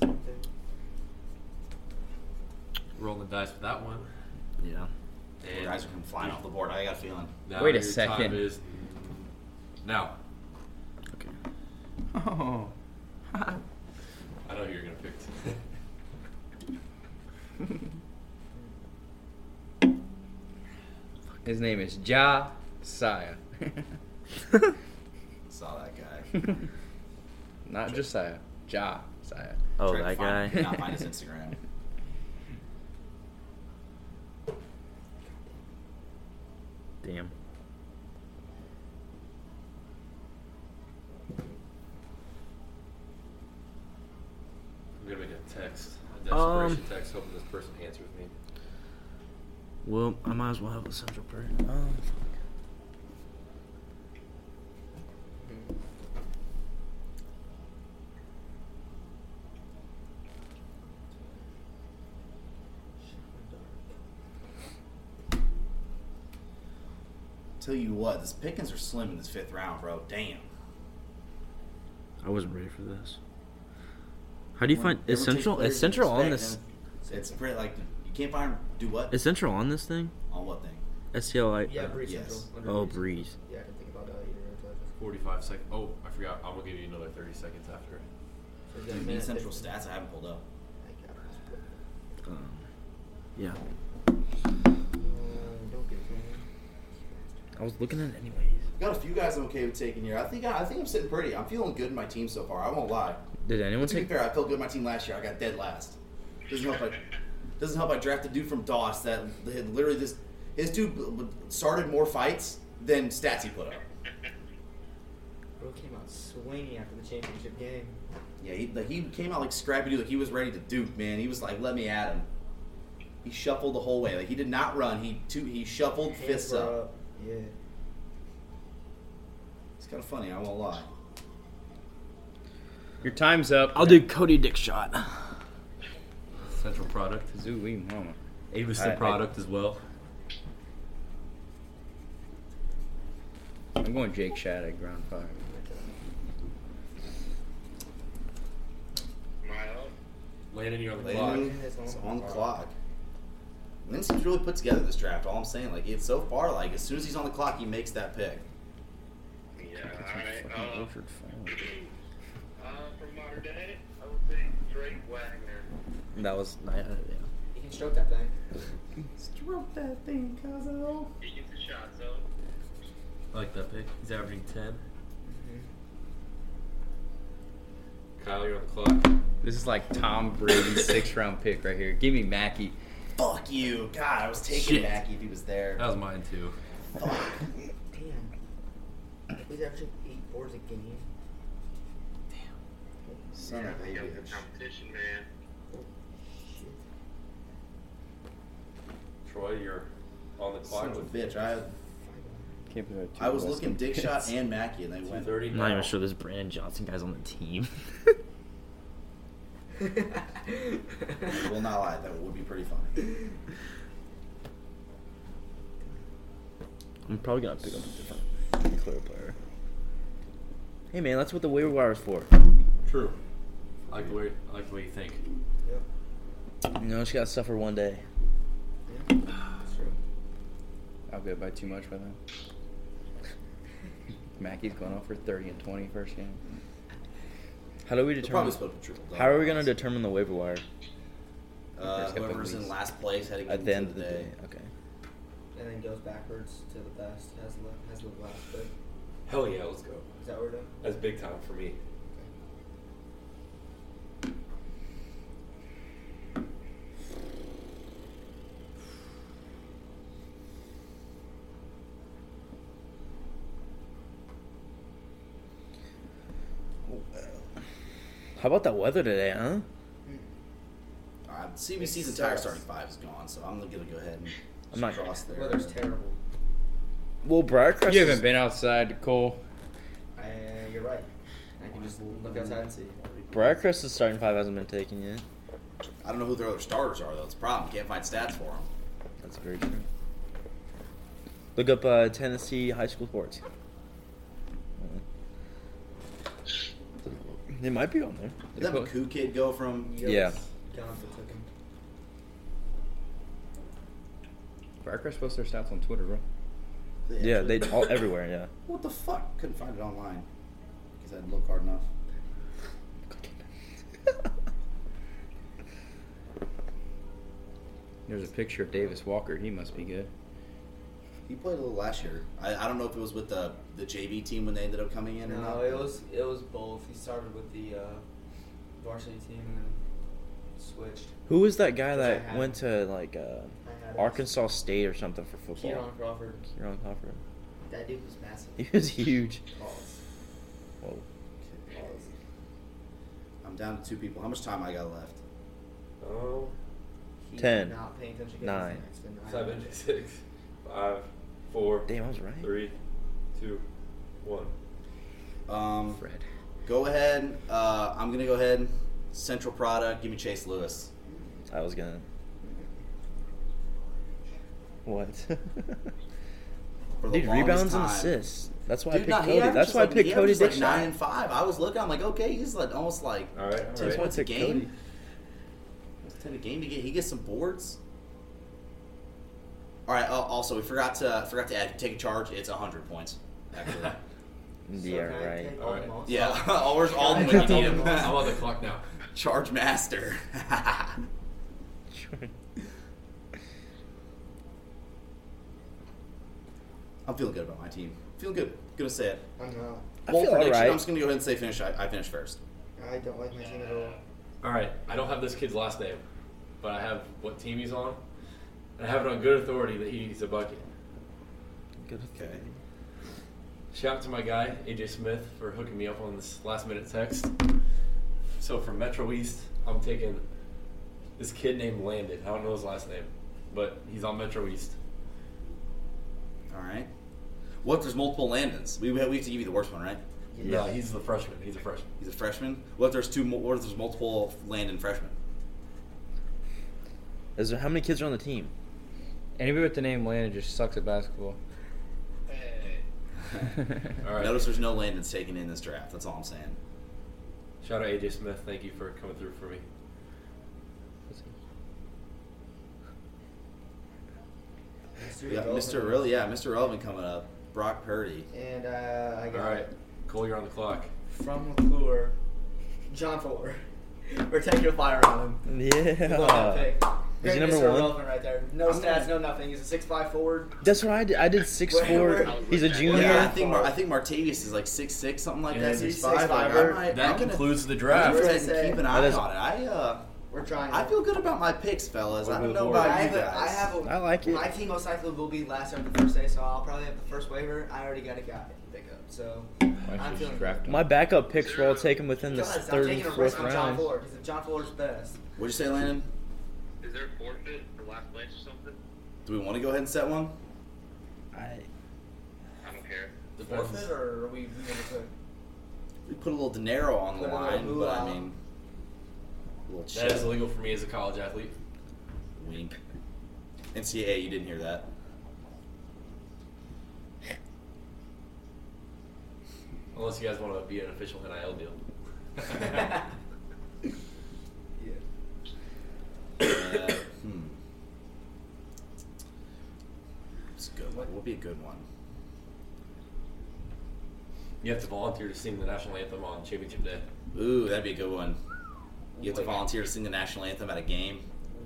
E: Something.
G: Rolling the dice for that one.
F: Yeah.
A: The
G: And
A: guys are coming flying off the board. I got a feeling.
G: now
D: Wait a
G: your time
D: second.
G: is now.
F: Okay.
D: Oh.
G: I know who you're gonna pick.
D: His name is Ja Saya.
A: Saw that guy.
D: Not Josiah. Ja Saya.
F: Oh,
A: Tried to
F: that
A: find-
F: guy.
A: Not find his Instagram.
F: Damn.
G: I'm gonna make a text, a desperation
F: Um.
G: text, hoping this person answers me.
F: Well, I might as well have a central prayer. Oh,
A: Tell you what, these pickings are slim in this fifth round, bro. Damn.
F: I wasn't ready for this. How do you find is
A: Everyone takes
F: central
A: players
F: is
A: you
F: central on
A: respect,
F: this
A: and It's pretty like you can't find do what
F: is central on this thing?
A: on what thing?
F: STL
E: Yeah, Breeze
A: Uh, yes.
E: Central. under
F: Oh,
E: Breeze.
F: breeze.
E: Yeah, I didn't think about that either.
G: 45 seconds. Oh, I forgot. I'm gonna give you another 30 seconds after.
E: So you
A: Do
E: got
A: you
E: a
A: need
E: minute
A: central
E: fifty.
A: stats? I haven't pulled up.
E: I got it.
F: Um, yeah,
E: Uh, don't get it to me.
F: I was looking at it anyways.
A: Got a few guys I'm okay with taking here. I think I, I think I'm sitting pretty. I'm feeling good in my team so far. I won't lie.
F: Did anyone
A: To be
F: take?
A: fair, I felt good in my team last year. I got dead last. Doesn't help. I doesn't help. I drafted a dude from DOS that had literally just his dude b- b- started more fights than stats he put up.
E: Bro came out swinging after the championship game.
A: Yeah, he, like, he came out like scrappy dude. Like he was ready to duke, man. He was like, "Let me at him." He shuffled the whole way. Like he did not run. He two, he shuffled
E: Hands
A: fists
E: were
A: up.
E: Yeah.
A: It's kind of funny. I won't lie.
D: Your time's up.
F: I'll do Cody Dick shot.
G: Central product.
D: Zooey mama.
G: Avis
D: I- I-
G: product as well.
F: I'm going Jake Shattuck, round five.
H: Mile.
G: Landon, you're on the clock.
A: Landon is on clock. Lynn seems really put together this draft. All I'm saying, like it's so far, like as soon as he's on the clock, he makes that pick.
H: Yeah,
F: That's my
H: alright.
F: fucking
A: Oh.
H: Uh,
F: Wilford Fowler.
H: uh, from modern day, I would say Drake Wagner.
F: That was
D: I, uh, yeah.
E: He can stroke that thing.
A: Stroke that thing, Cuzzo.
H: He gets a shot, so.
L: I like that pick. He's averaging 10.
G: Mm-hmm. Kyle, you're on the clock.
F: This is like Tom Brady's sixth round pick right here. Give me Mackey.
A: Fuck you. God, I was taking
M: Shit.
A: Mackey if he was there.
M: That was mine too.
A: Oh.
E: Damn. He's averaging eight fours a game.
A: Son
H: yeah,
A: of a
H: he got the
A: bitch.
H: competition, man.
E: Shit.
G: Troy, you're on the
A: Son
G: clock
A: of a
G: with
A: bitch. I
F: Can't believe had two
A: I was
F: West
A: looking
F: Ham
A: Dick
F: picks.
A: Shot and Mackey, and they
G: two
A: went.
G: thirty.
D: I'm not even sure this Brandon Johnson guy's on the team.
A: I Will not lie, that would be pretty funny.
D: I'm probably gonna pick up a different clear player. Hey man, that's what the waiver wire is for.
G: True. I like the way I like the way you think.
E: Yep.
D: You know, she gotta suffer one day.
E: Yeah. That's true.
F: I'll be up by too much by then. Mackey's going off for 30 and 20 first game. How do we
A: They'll Probably
F: determine?
A: split triple. double.
F: How are we going to determine the waiver wire
A: Uh, whoever's in last place heading
F: at the end of the
A: day.
F: day? Okay.
E: And then goes backwards to the best. Has the has the last pick.
G: Hell yeah, let's go.
E: Is that what we're doing?
G: That's big time for me.
F: How about that weather today, huh?
A: Uh, CBC's entire starting five is gone, so I'm gonna go ahead and
F: I'm not-
A: cross there.
E: The weather's terrible.
F: Well, Briarcrest.
D: You
F: You
D: haven't
F: haven't been outside, Cole.
E: Uh, you're right. I can just look outside and see.
F: Briarcrest's starting five hasn't been taken yet.
A: I don't know who their other starters are though. It's a problem. Can't find stats for them.
F: That's very true. Look up uh, Tennessee high school sports. It might be on there.
A: Did that Maku kid go from?
F: Yeah.
E: Gone for token.
F: Briarcrest posts their stats on Twitter, bro.
A: the
F: Yeah, they
A: injury?
F: all everywhere. Yeah.
A: What the fuck? Couldn't find it online because I didn't look hard enough.
F: There's a picture of Davis Walker. He must be good.
A: He played a little last year. I, I don't know if it was with the the JV team when they ended up coming in or
E: No,
A: not.
E: it was it was both. He started with the uh, varsity team and then switched.
F: Who was that guy
E: Which I
F: that
E: had.
F: went to like uh,
E: I had it.
F: Arkansas State or something for
E: Kieran
F: football?
E: Crawford.
F: Kieran Hoffer.
E: That dude was massive.
F: He was huge.
E: Balls.
F: Whoa.
A: I'm down to two people. How much time I got left?
G: Oh,
E: He
F: Ten.
E: did Not paying attention.
F: Nine.
G: seven, six, five, four,
F: Damn, I was right.
G: three, two, one.
A: Um,
F: Fred.
A: go ahead. Uh, I'm gonna go ahead. Central product. Give me Chase Lewis.
F: I was gonna. What?
A: For the
F: Dude,
A: longest
F: rebounds and
A: time.
F: assists. That's why I
A: Dude,
F: picked
A: no, he
F: Cody. That's
A: averages,
F: why I
A: like-
F: picked
A: he
F: Cody
A: averages,
F: Dixon.
A: Like nine and five. I was looking. I'm like, okay, he's like almost like
G: All right, all
A: ten
G: right.
A: points a
F: Pick Cody.
A: game. Almost ten a game to get. He gets some boards. All right. Uh, also, we forgot to forgot to add. Take a charge. It's hundred points. Actually.
F: yeah, right.
G: All right.
A: yeah. all where's all
G: I'm
A: when
E: Yeah,
A: you
E: I
G: on
A: need
E: did.
G: the- I'm
A: him?
G: on the clock now.
A: charge master. I'm feeling good about my team. Feeling good. Gonna say it.
E: I know.
F: I
A: Bold
F: feel
A: prediction.
F: alright.
A: I'm just gonna go ahead and say finish. I, I finish first.
E: I don't like my team at all.
G: All right, I don't have this kid's last name, but I have what team he's on, and I have it on good authority that he needs a bucket.
F: Good.
A: Okay.
G: Shout out to my guy AJ Smith for hooking me up on this last minute text. So from Metro East, I'm taking this kid named Landon. I don't know his last name, but he's on Metro East.
A: All right. What if there's multiple Landons? We, we have to give you the worst one, right?
G: Yeah, he's the freshman. He's a freshman.
A: He's a freshman. What if there's two? mo- What if there's multiple Landon freshmen?
F: Is there, how many kids are on the team?
D: Anybody with the name Landon just sucks at basketball.
H: Hey.
G: All right.
A: Notice there's no Landon's taken in this draft. That's all I'm saying.
G: Shout out AJ Smith. Thank you for coming through for me.
A: We got Mr. Really, yeah, Mr. Relevant coming up. Brock Purdy.
E: And uh, I
G: All
E: got
G: right, Cole, you're on the clock.
E: from McClure, John Fuller. We're taking a fire on him.
D: Yeah.
E: Love that pick.
D: Is he
E: Great
D: number
E: Mr.
D: one?
E: Relevant right there. No stats, no nothing. He's a 6'5 forward.
D: That's what I did. I did six
E: Wait,
D: four.
E: where-
D: He's a
A: Yeah,
D: junior.
A: I think Mar- I think Martavius is like six six, something like
G: Yeah,
A: that.
E: he's
A: Six five. Like, I
E: 6'5.
A: might,
G: That
A: I'm gonna,
G: concludes the
A: I'm
G: draft.
A: gonna
E: We're
A: sit and keep an
D: That
A: eye
D: is-
A: on it. I uh,
E: We're trying.
A: I feel good about my picks, fellas. I don't know
E: I
A: about you
E: have,
A: guys.
E: a, I have a.
D: I like it.
E: My team most likely will be last over the first day, so I'll probably have the first waiver. I already got a guy to pick up, so I'm feeling good.
D: My backup picks were all taken within the
E: Guys, I'm
D: third and
E: taking a
D: fourth
E: risk on John
D: round.
E: Fuller because if John Fuller's best,
A: What'd you say, Landon?
H: Is there a forfeit for last place or something?
A: Do we want to go ahead and set one?
D: I,
H: I don't care.
G: Depends.
E: forfeit or are we? we gonna put-
A: We put a little dinero on the
E: Put a little uh,
A: line, but I
E: moolah.
A: mean, a
E: uh,
A: little
G: That is
A: chip.
G: illegal for me as a college athlete.
A: Wink. NCAA, you didn't hear that.
G: Unless you guys want to be an official NIL deal.
A: Uh, hmm. It's a good one. Will be a good one.
G: You have to volunteer to sing the national anthem on championship day.
A: Ooh, that'd be a good one. You have to volunteer to sing the national anthem at a game.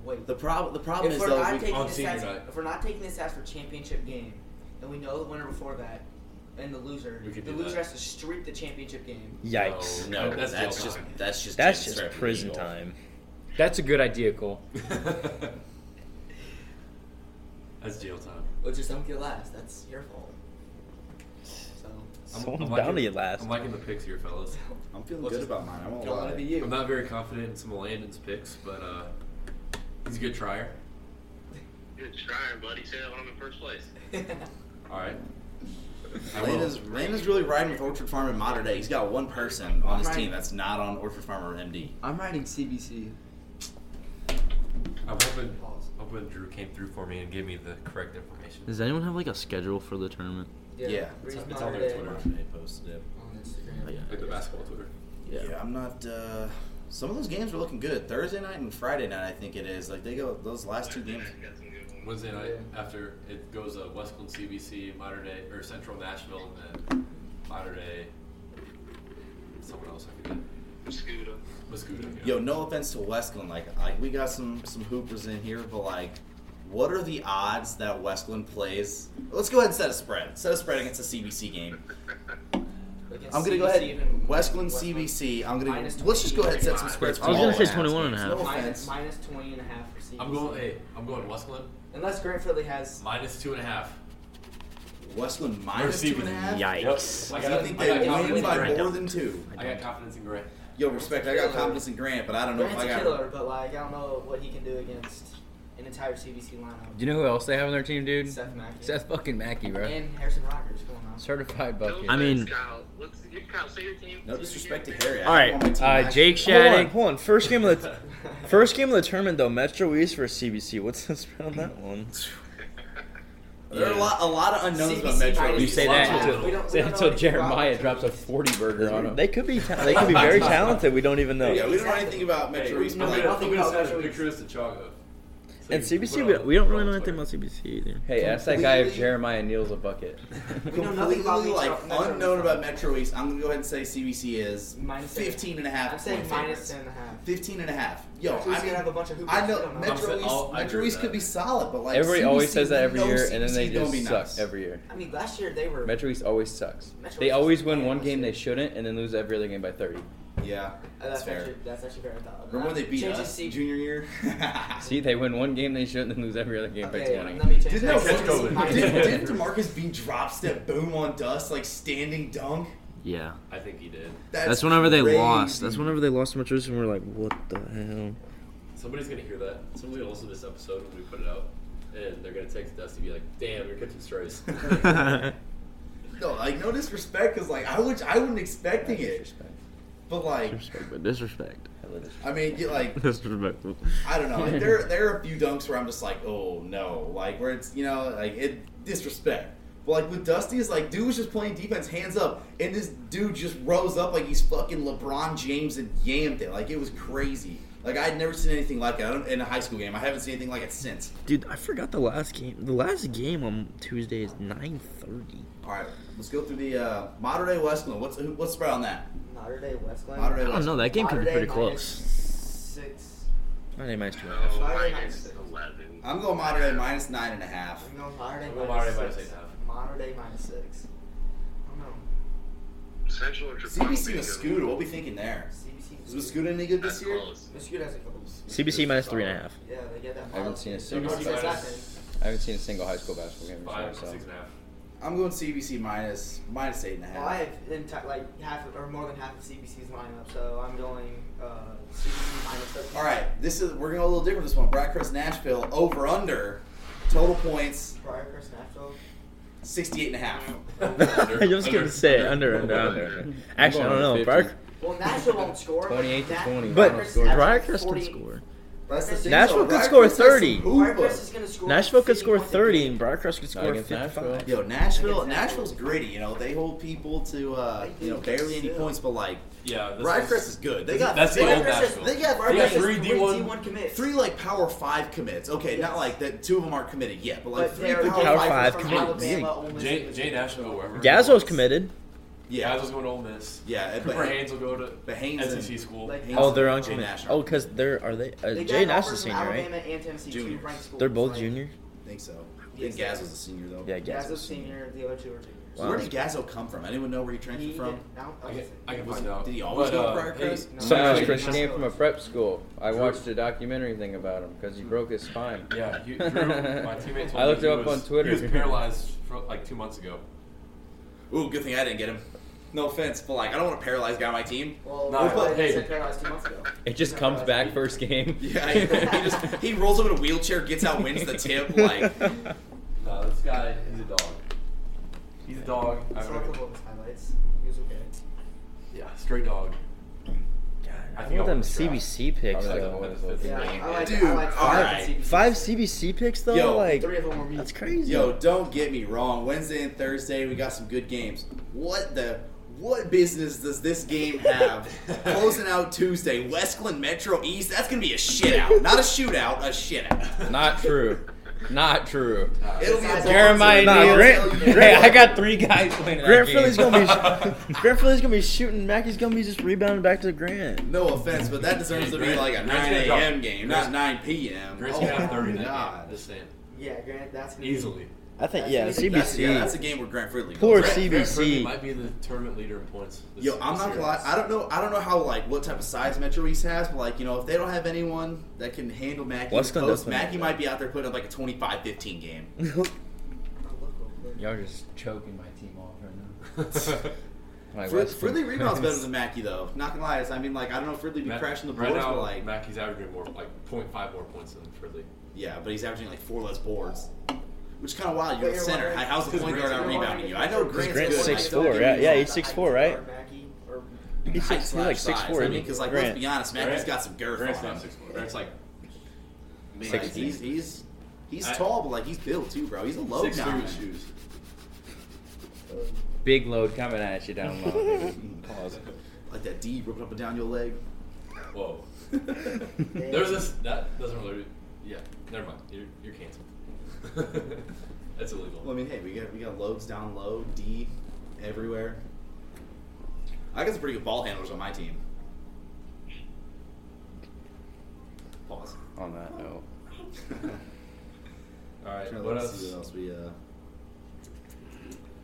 E: Wait.
A: The problem, the problem
E: if
A: is
E: we're
A: though,
E: not
A: we,
E: taking
G: on
E: this
G: senior
E: as,
G: night.
E: if we're not taking this as for championship game, and we know the winner before that, and the loser,
G: We could
E: the
G: do
E: loser
G: that.
E: has to streak the championship game.
D: yikes.
A: no, that's,
G: That's jail
A: just
G: time.
A: that's just
D: That's
A: James
D: just
A: Harden
D: prison
A: legal.
D: time.
F: That's a good idea, Cole.
G: That's jail time.
E: Or just don't get last. That's your fault. So
D: Someone's bound to get last.
G: I'm liking the picks here, fellas.
A: I'm feeling
E: Let's
A: good
E: just-
A: about mine. I won't
E: don't
A: lie.
E: want to be you.
G: I'm not very confident in some of Landon's picks, but uh, he's a good trier.
H: Good trying, buddy. Say that when I'm in first place.
G: All right. I will.
A: Landon's, Landon's really riding with Orchard Farm in modern day. He's got one person on his
E: Right.
A: team that's not on Orchard Farm or MD.
E: I'm writing CBC.
G: I'm hoping, hoping Drew came through for me and gave me the correct information.
F: Does anyone have like a schedule for the tournament?
A: Yeah, it's,
E: Reese
A: it's on
E: Modern
A: their
E: Day
A: Twitter. They posted it.
E: on Instagram.
F: Like,
G: Like the basketball Twitter.
A: Yeah. I'm not. Uh, some of those games were looking good. Thursday night and Friday night, I think it is. Like they go those last two games.
H: Got some good ones.
G: Wednesday night after it goes uh, Westland CBC, Modern Day, or Central Nashville, and then Modern Day. Someone else I could
H: Scooter.
G: Muscuda.
A: Yo, no offense to Westland, like like we got some some hoopers in here, but like, what are the odds that Westland plays? Let's go ahead and set a spread. Set a spread against a CBC game.
E: Against
A: I'm gonna go
E: CBC
A: ahead.
E: even-
A: Westland CBC. I'm gonna.
E: Minus
A: Let's just go ahead and set some
E: 25.
A: spreads.
F: I was
A: for
F: gonna
A: all
F: say
A: ass
F: 21 and a
A: games.
F: half.
A: No
E: Minus,
A: offense.
E: minus 20 and a half for CBC.
G: I'm going. Hey, I'm going Westland
E: Unless Grant Philly has.
G: minus two and a half.
A: Westland minus two and a half.
F: Yikes.
G: I
A: Do
G: got,
A: you think
G: I
A: they
G: got
A: win
G: confidence in
A: by
G: Grant.
A: more than two?
G: I got confidence in Grant.
A: Yo, respect. I got confidence in Grant, but I don't know if
E: Grant's
A: I got.
E: a killer, but like I don't know what he can do against an entire CBC lineup.
N: Do you know who else they have on their team, dude?
E: Seth Mackey.
N: Seth fucking Mackey, bro.
E: and Harrison Rogers going on.
N: Certified bucket.
F: I mean-
H: Kyle, let's, Kyle, say your team.
A: No disrespect to Harry. I
F: All right,
A: have him on my team
F: uh,
A: last
F: Jake
D: Hold on,
F: Shattuck.
D: hold on. First game of the first game of the tournament though. Metro East versus CBC. What's the spread on that one?
A: year. There are a lot, a lot of unknowns about Metro.
E: minus
N: You say
E: one
N: that
E: and a half.
N: until,
E: We don't- we
N: say
E: don't know
N: until
E: anything about
N: Jeremiah
E: Metro
N: drops a
E: East.
N: 40 burger on him.
D: They could be ta- they could be very talented. We don't even know.
A: Yeah, we don't know anything about Metro East. but, like,
E: I think about
G: send a
E: Metro
G: picture of this to Chago. So
F: And
G: you can
F: CBC,
G: put
F: we,
G: it on-
F: we don't
G: put it
F: really
G: on
F: know anything
G: Twitter.
F: about CBC either.
D: Hey, ask that guy if
A: Completely-
D: Jeremiah Neal's a bucket.
E: We know
A: completely
E: nothing about Metro-
A: like
E: Metro
A: unknown
E: East.
A: about Metro East. I'm gonna go ahead and say CBC is
E: Minus
A: 15 and a half.
E: I'm saying
A: point
E: minus
A: favorites.
E: ten and a half.
A: 15 and a half. Yo,
E: Metro East
A: I mean,
E: gonna have a bunch of hoopers.
A: I
E: We
A: know
E: don't know.
A: Metro
G: I'm
A: East.
G: sa- I'll- I agree
A: Metro
G: with
A: East could
G: that.
A: be solid, but like
D: Everybody
A: CBC,
D: always says that
A: we
D: every
A: know
D: year,
A: CBC
D: and then they
A: gonna
D: just
A: be
D: suck
A: nice.
D: every year.
E: I mean, last year they were.
D: Metro East always sucks.
E: Metro
D: they
E: East
D: always
E: is
D: win
E: bad
D: one
E: this
D: game they
E: year.
D: shouldn't, and then lose every other game by 30.
A: Yeah,
E: Uh,
A: that's
E: that's,
A: fair.
E: actually, that's actually very valid.
A: Remember when they beat
E: Change
A: us
E: the seat.
A: junior year?
D: See, they win one game they shouldn't, and lose every other game
E: Okay,
D: by 20.
E: let me change
A: Didn't
E: that.
A: that
G: catch
A: one-
G: COVID.
A: didn't, didn't Demarcus Bean drop step boom on dust like standing dunk?
F: Yeah.
G: I think he did.
A: That's,
F: That's, whenever they
A: crazy.
F: lost. That's whenever they lost to Metro East, and we're like, what the hell?
G: Somebody's gonna hear that. Somebody's gonna listen to this episode when we put it out, and they're gonna text Dusty and be like, "Damn, you're catching strays."
A: No, like no disrespect, cause like I would, I wasn't expecting it,
D: Disrespect.
A: but like
F: disrespect, but disrespect.
D: Hella disrespect.
A: I mean, you- like
F: Disrespectful.
A: I don't know, like there there are a few dunks where I'm just like, oh no, like where it's you know like it disrespect, But like with Dusty, it's like dude was just playing defense, hands up, and this dude just rose up like he's fucking LeBron James and yammed it. Like it was crazy. Like I had never seen anything like it I don't- in a high school game. I haven't seen anything like it since.
F: Dude, I forgot the last game. The last game on Tuesday is nine thirty.
A: All right, let's go through the uh, modern day Westland. What's who- what's the spread on that?
E: Modern day Westland.
A: Modern day
F: I don't know.
A: Westland.
F: That game could be
E: Modern
F: pretty
E: day
F: close.
E: Six.
F: I think minus two and a half.
H: No,
E: Five and
H: minus
E: six.
H: eleven.
A: I'm going modern day minus nine and a half.
E: I'm going modern day
G: I'm going
E: minus
G: modern day minus
E: six.
G: eight and a half.
E: Modern day minus six. I don't know.
H: Central Metropolitan
A: CBC with
H: goes-
A: Scooter. What we thinking there?
E: CBC.
A: Is Scooter any good
H: That's
A: this year?
H: close.
E: Michigan has a couple.
F: CBC minus three and a half.
E: Yeah, they get that.
D: I haven't seen a
E: They're
D: single.
E: not
G: CBC
E: that
G: minus-
E: big.
D: I haven't seen a single high school basketball game.
G: Five,
D: so.
G: six and a half.
A: I'm going CBC minus minus eight and a half.
E: Well, I have enti- like half of, or more than half of CBC's lineup, so I'm going uh, CBC minus 13.
A: All right, this is we're gonna go a little different this one. Brackhurst Nashville over under total points
E: Prior Chris Nashville.
A: 68 and a half.
F: I was gonna say under under under. Actually, I don't know. Briar-
E: Well, Nashville won't score. but
O: 28 to
E: that-
O: 20.
F: but
E: Briarcrest has
F: Briarcrest can
E: 40.
F: score.
A: That's the thing,
F: Nashville
A: though,
F: could
A: Brad
F: score
A: Chris has some
F: 30.
A: hooper.
E: Briarcrest is gonna score
F: Nashville could
E: 50,
F: score
E: one to
F: thirty,
E: beat.
F: and Briarcrest could score
D: against
F: fifty-five.
A: Yo,
D: Nashville.
A: Nashville,
E: Against Nashville.
A: Nashville's gritty. You know, they hold people to uh,
E: They
A: you know
E: do,
A: barely any
E: still.
A: points, but like
G: Yeah, this
A: Brad
G: is-
A: Chris is good. They
G: this is-
A: got
G: that's the
A: they,
G: old
E: Briarcrest has-
G: Nashville.
A: they got
G: They
E: Briarcrest
G: got
E: has
A: Brad
G: three
A: Chris,
G: D1
E: D1 commits.
A: three like power five commits. Okay, not
E: Yes.
A: like that. Two of them aren't committed yet, but like
E: But
A: three
E: they're
A: power,
F: Power
A: five,
F: five
E: from
A: commits.
F: commits.
E: Alabama, Ole Miss,
G: Jay,
E: and
G: Jay Nash will go
E: Wisconsin.
G: wherever. he
F: Gazzo's
G: wants.
F: committed.
A: Yeah,
G: Gazzo's going to Ole Miss.
A: yeah, but
G: Cooper Haynes will go to
A: but Haynes and-
G: SEC school.
E: Like,
A: Haynes-
F: Oh, they're on.
A: Jay Nash.
F: Oh, because they're are they? Uh,
E: They
F: Jay
E: got
F: Nash
E: offers
F: is
E: from
F: senior, right?
E: Alabama and Tennessee, two
A: Juniors.
E: ranked schools.
F: They're both
E: Like,
F: junior.
A: I think so. I
E: Yes,
A: think
E: they
A: Gaz
E: are.
A: was a senior though.
F: Yeah,
E: Gazzo's
F: Gazzo's
E: senior. The other two are juniors.
A: So Where did Gazzo come from? Anyone know where he transferred
E: He
A: from?
E: did- I don't-
G: I
E: I
G: can,
E: was-
G: I can find out.
A: Did he always
G: But,
A: go to
G: uh,
A: Briar
G: hey,
A: Crest?
E: No.
D: No,
E: Sometimes
D: he
E: Christian.
D: came from a prep school. I watched a documentary thing about him because he broke his spine.
G: Yeah, you, Drew, my teammate told
D: I looked
G: me
D: it
G: he
D: up
G: was,
D: on Twitter.
G: He was paralyzed for like two months ago.
A: Ooh, good thing I didn't get him. No offense, but like I don't want to paralyze a guy on my team.
E: Well,
G: No,
E: we played
G: hey.
E: St. Paradise two months ago.
D: It just
E: St.
D: comes
E: Paradise.
D: back first game.
A: Yeah, he, he just he rolls up in a wheelchair, gets out, wins the tip. Like
G: No, this guy, he's a dog. He's a dog. I
E: I saw a couple
G: don't,
E: of his highlights. He was okay.
G: yeah, straight dog.
F: God, I,
G: I think I
F: want them
G: want to try.
F: CBC picks
D: Probably like
F: though.
D: one of those
E: Yeah,
D: little-
E: I like
A: Dude,
E: I like
A: all
E: I like
A: right.
E: CBC.
F: Five CBC picks though,
A: Yo,
F: like
E: Three of them were me.
F: that's crazy.
A: Yo, don't get me wrong. Wednesday and Thursday, we got some good games. What the? What business does this game have? Closing out Tuesday, Westland Metro East. That's gonna be a shit out, not a shootout, a shit out.
D: Not true. Not true.
A: It'll be a
D: Jeremiah
F: Nah,
D: Neal.
F: Grant-
D: Hey, I got three guys playing in that
F: Grant
D: game.
F: Philly's gonna be sh- Grant Philly's gonna be shooting. Mackey's gonna be just rebounding back to Grant.
A: No offense, but that deserves to be like a 9 a.m. game, not 9 p.m.
G: Grant's gonna have
A: Oh my
G: 30 in that
A: God.
G: game. Just saying.
E: Yeah, Grant, that's gonna be-
G: Easily.
F: I think yeah,
E: That's-
A: That's, yeah, that's
F: CBC.
A: a game where Grant Fridley.
F: Poor
A: goes.
F: C-
G: Grant
F: CBC.
G: Fridley might be the tournament leader in points. this-
A: Yo, I'm
G: this
A: not gonna
G: year.
A: lie. I don't know. I don't know how like what type of size Metro East has, but like you know, if they don't have anyone that can handle Mackey, in the
F: Westcliff
A: post,
F: doesn't have
A: Mackey
F: that.
A: might be out there putting up like a 25-15 game.
E: Oh, look, look, look.
O: Y'all just choking my team off right now.
D: Like,
A: Frid-
D: what's-
A: Fridley rebounds better than Mackey though. Not gonna lie, I mean like I don't know if Fridley be
G: Matt-
A: crashing the
G: right
A: boards,
G: now,
A: but like
G: Mackey's averaging more, like 0.5 more points than Fridley.
A: yeah, but he's averaging like four less boards, which is kind of wild. You're
E: But
A: the
E: you're
A: center.
E: wondering-
A: How's the
G: Because
A: point guard
G: Grant's
A: out
G: not
A: rebounding you? I know Grant's,
F: Grant's
A: good.
F: six
A: I don't
F: four,
A: think
F: yeah,
A: he's
F: yeah,
A: the
F: he's six four, right?
E: Or Mackey, or-
F: He's
A: height
F: six- he's
A: slash
F: like six
A: size.
F: four,
A: I
F: isn't
A: mean,
F: he?
A: because like
F: Grant.
A: let's be honest, Mackey's
G: Grant-
A: got some girth.
G: Grant's
A: on him.
G: not 6'4. Grant's like
A: Like,
F: Six
A: he's
F: feet.
A: he's he's
G: I-
A: tall, but like he's built too, bro. He's a low
G: 6'3
A: guy.
G: with shoes.
D: Big load coming at you down low. dude. Pause.
A: Like that D ripping up and down your leg.
G: Whoa. There's this that doesn't really. Yeah, never mind. You're you're canceled. That's illegal.
A: Well, I mean, hey, we got we got loads down low, D everywhere. I got some pretty good ball handlers on my team. Pause.
D: On that note,
F: Oh.
G: All right.
A: Trying to
G: What
A: look-
G: else?
A: see what else we uh.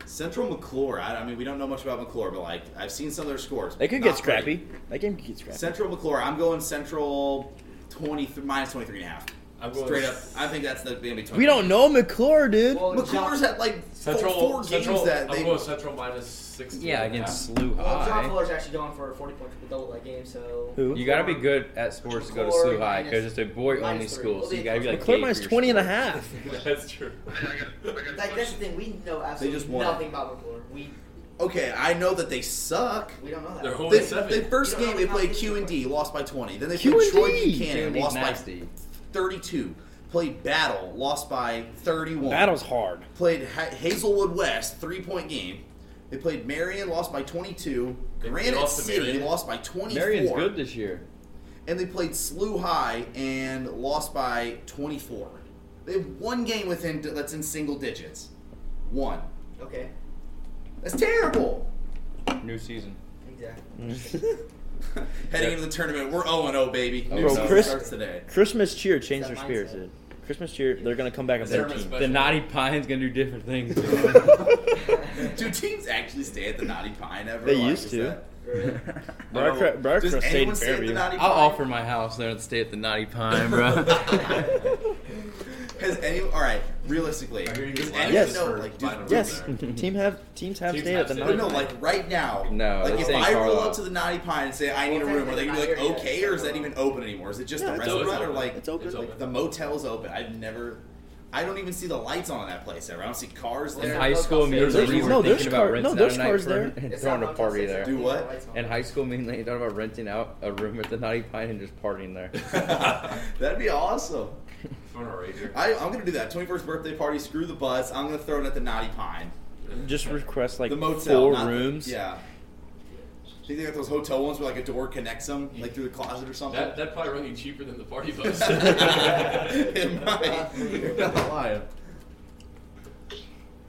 A: Central McClure. I, I mean, we don't know much about McClure, but like I've seen some of their scores.
F: They could
A: Not
F: get
A: great.
F: scrappy. That game could get scrappy.
A: Central McClure. I'm going Central 23 minus 23 and a half.
G: I'm going
A: Straight up. I think that's the gonna be 23.
F: We don't know McClure, dude.
E: Well,
A: McClure's had like
G: Central.
A: four, four
G: Central.
A: games that
G: I'm
A: they.
G: going Central minus six.
D: yeah,
G: and a
D: against
G: half.
D: Slew
E: Well, John
D: High.
E: Fuller's actually going for a 40 point triple double that game, so.
F: Who?
D: You gotta be good at sports to go to Slew High because it's a boy only
E: Minus three.
D: school, so you gotta be like.
F: McClure
D: gay
F: minus
D: for your
F: 20 and a
D: sport.
F: half.
G: That's true.
E: Like, that's the thing, we know absolutely
A: just won.
E: nothing about McClure. We,
A: Okay, I know that they suck.
E: we don't know that.
G: They're whole-
A: They,
G: Only Oh, seven.
A: the first
E: You
A: game
E: don't
A: they
E: know how
A: played
E: many
A: Q and
E: people-
A: D, lost by 20. Then they
F: Q
A: played
F: and
A: Troy
F: D.
A: Buchanan,
D: Dude, he's
A: lost by
D: nasty.
A: 32. Played Battle, lost by 31.
D: Battle's hard.
A: Played ha- Hazelwood West, three point game. They played Marion, lost by 22.
G: They
A: Granite
G: lost to
A: City
G: Marion.
A: lost by 24.
D: Marion's good this year.
A: And they played Slew High and lost by 24. They have one game within that's in single digits. One.
E: Okay.
A: That's terrible.
D: New season.
E: Exactly.
A: Heading into the tournament, we're 0 0, baby.
D: Oh,
A: New
D: no.
A: season
D: Chris-
A: starts today.
F: Christmas cheer changed
E: It's that
F: their spirits.
E: mindset.
F: dude. Christmas cheer, they're gonna come back a
G: Is there a
F: better team.
G: special-
D: The Naughty Pine's gonna do different things.
A: Do teams actually stay at the Naughty Pine ever?
F: They
A: Like,
F: used
A: is
F: to.
A: that-
F: Briar Cra- Briar
A: Does
F: Crest stayed in
A: anyone stay at the
F: Fairview.
A: Naughty
D: I'll
A: Pine?
D: offer my house there and stay at the Naughty Pine, bro.
A: Has any? All right, realistically,
G: I hear you
A: does
G: get
A: anyone
F: Yes.
A: know?
G: for
A: Like,
G: final
A: do,
G: round
F: Yes,
G: there.
F: team have teams have
G: Teams
F: stayed
G: have
F: at the
G: stayed.
A: but
F: night.
A: no, like right now.
D: No,
A: like
D: this
A: if
D: ain't
A: I roll
D: Carlisle.
A: up to the Naughty Pine and say I need a room, are they gonna be like, okay, or is that even open anymore? Is it just
F: Yeah,
A: the
F: it's
A: restaurant
G: open.
A: or like
F: It's open.
G: It's open.
A: the motel's open? I've never. I don't even see the lights on in that place ever. I don't see cars
D: In
A: there.
D: high school, me and
E: There's-
D: Lee were
F: no, there's
D: thinking
F: car-
D: about renting
F: no, there's
D: out a night
F: cars
D: for-
F: there.
D: and
E: It's
D: throwing
E: not
D: a
E: Motel
D: party
E: Six,
D: there.
E: it's
A: Do
E: not
A: what?
E: lights on.
D: In high school, me and Lee thought about renting out a room at the Naughty Pine and just partying there.
A: That'd be awesome.
G: Throwing a rager.
A: I, I'm gonna do that. 21st birthday party. Screw the bus. I'm gonna throw it at the Naughty Pine.
F: Just request like
A: the motel,
F: four
A: not the-
F: rooms.
A: yeah. Do you think those hotel ones where like a door connects them, like through the closet or something?
G: That that probably run you cheaper than the party bus.
A: it might. You're not lying.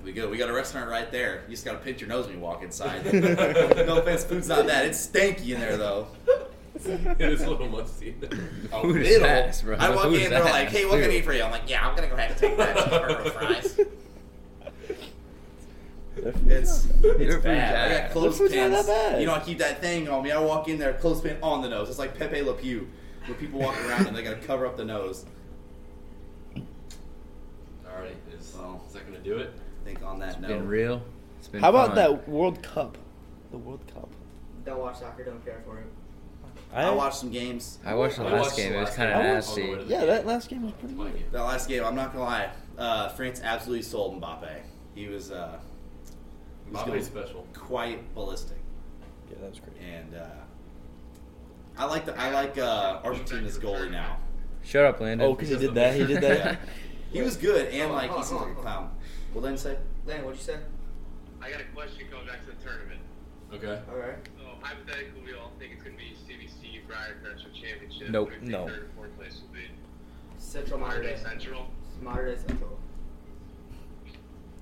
A: We go. We got a restaurant right there. You just gotta pinch your nose when you walk inside. no offense, food's not that. It's stanky in there though.
G: it is a little musty. Oh,
A: A
D: Food is
A: little.
D: ass, bro.
A: I walk
D: Food
A: in,
D: is
A: they're
D: ass.
A: like, "Hey, what can I
D: Food.
A: eat for you?" I'm like, "Yeah, I'm gonna go ahead and take that cheeseburger with fries." It's
D: Their
A: it's
D: food's
A: bad. I
D: ass.
A: got
F: Their food's not
A: clothespins.
F: that bad.
A: You know, I keep that thing on me. I walk in there, clothespin on the nose. It's like Pepe Le Pew, where people walk around and they gotta cover up the nose.
G: All right, is,
A: Well.
G: is that gonna do it?
A: I think on that note,
D: Been real. It's been
F: How about
D: fun.
F: that World Cup? The World Cup.
E: Don't watch soccer. Don't care for it.
A: I watched some games.
D: I watched the
G: I
D: last
G: watched
D: game.
G: the
D: It was
G: last
D: kind of
G: game. Oh, I
D: nasty.
G: watched-
F: Yeah, that last game was pretty
G: My
F: good.
G: game.
A: That last game, I'm not gonna lie, uh, France absolutely sold Mbappe. He was uh, he was
G: Mbappe's
A: going
G: special.
A: quite ballistic,
F: Yeah, that was great.
A: and uh, I like the I like uh, Argentina's goalie now.
D: Shut up, Landon.
F: Oh, because he did that. He did that.
A: He was good, and like he
E: Hold on,
A: seems
E: hold on,
A: like a
E: hold on.
A: clown. Well, then say
E: Lane, what'd you say?
H: I got a question going back to the tournament.
G: Okay.
E: All right.
H: So hypothetically, we all think it's going to be CBC Briarcrest for championship.
D: Nope,
H: What do you think
D: no.
H: Third and fourth place will be
E: Central
H: Modern
E: Monterey.
H: Day Central.
E: Monterey Central.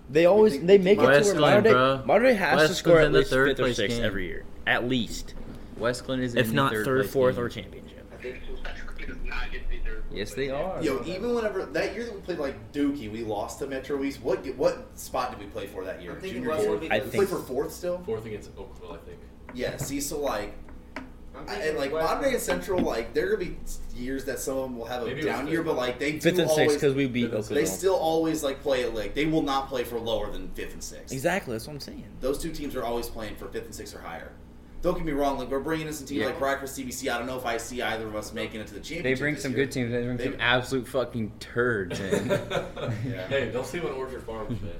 F: They always they make it to
A: Westland,
F: where
N: bro.
F: Monterey, Monterey has to
N: Westland's
F: score at
N: in the
F: least
N: third
F: fifth or
N: place
F: sixth
N: game.
F: every year, at least,
N: Westland is
F: if
N: in
F: not
N: the
F: third,
N: place
F: fourth,
N: game.
F: or championship.
E: I think.
H: does not get to be third.
D: Yes,
H: place.
D: they are.
A: Yo, even whenever that year that we played like Dookie, we lost to Metro East. What what spot did we play for that year?
E: I'm thinking
A: Junior
E: Westland
A: fourth?
E: will be
A: I
E: third.
A: we
D: think-
A: played for fourth still.
G: Fourth against Oakville, I think.
A: Yeah. See, so like
E: I'm
A: I-
E: thinking
A: and like
E: Westland.
A: Monterey and Central, like there are gonna be years that some of them will have a
G: Maybe it was
A: down
G: fifth.
A: year, but like they do
D: Fifth and
A: always
D: sixth because we beat
G: They
D: Oklahoma.
A: They still always like play at like they will not play for lower than fifth and sixth.
F: Exactly, that's what I'm saying.
A: Those two teams are always playing for fifth and sixth or higher. Don't get me wrong, like we're bringing in some teams
D: Yeah.
A: like Rikers CBC. I don't know if I see either of us making it to the championship.
D: They bring
A: this
D: some
A: year.
D: good teams. They bring
A: They-
D: some absolute fucking turds in.
G: Hey, don't sleep on Orchard Farms, man.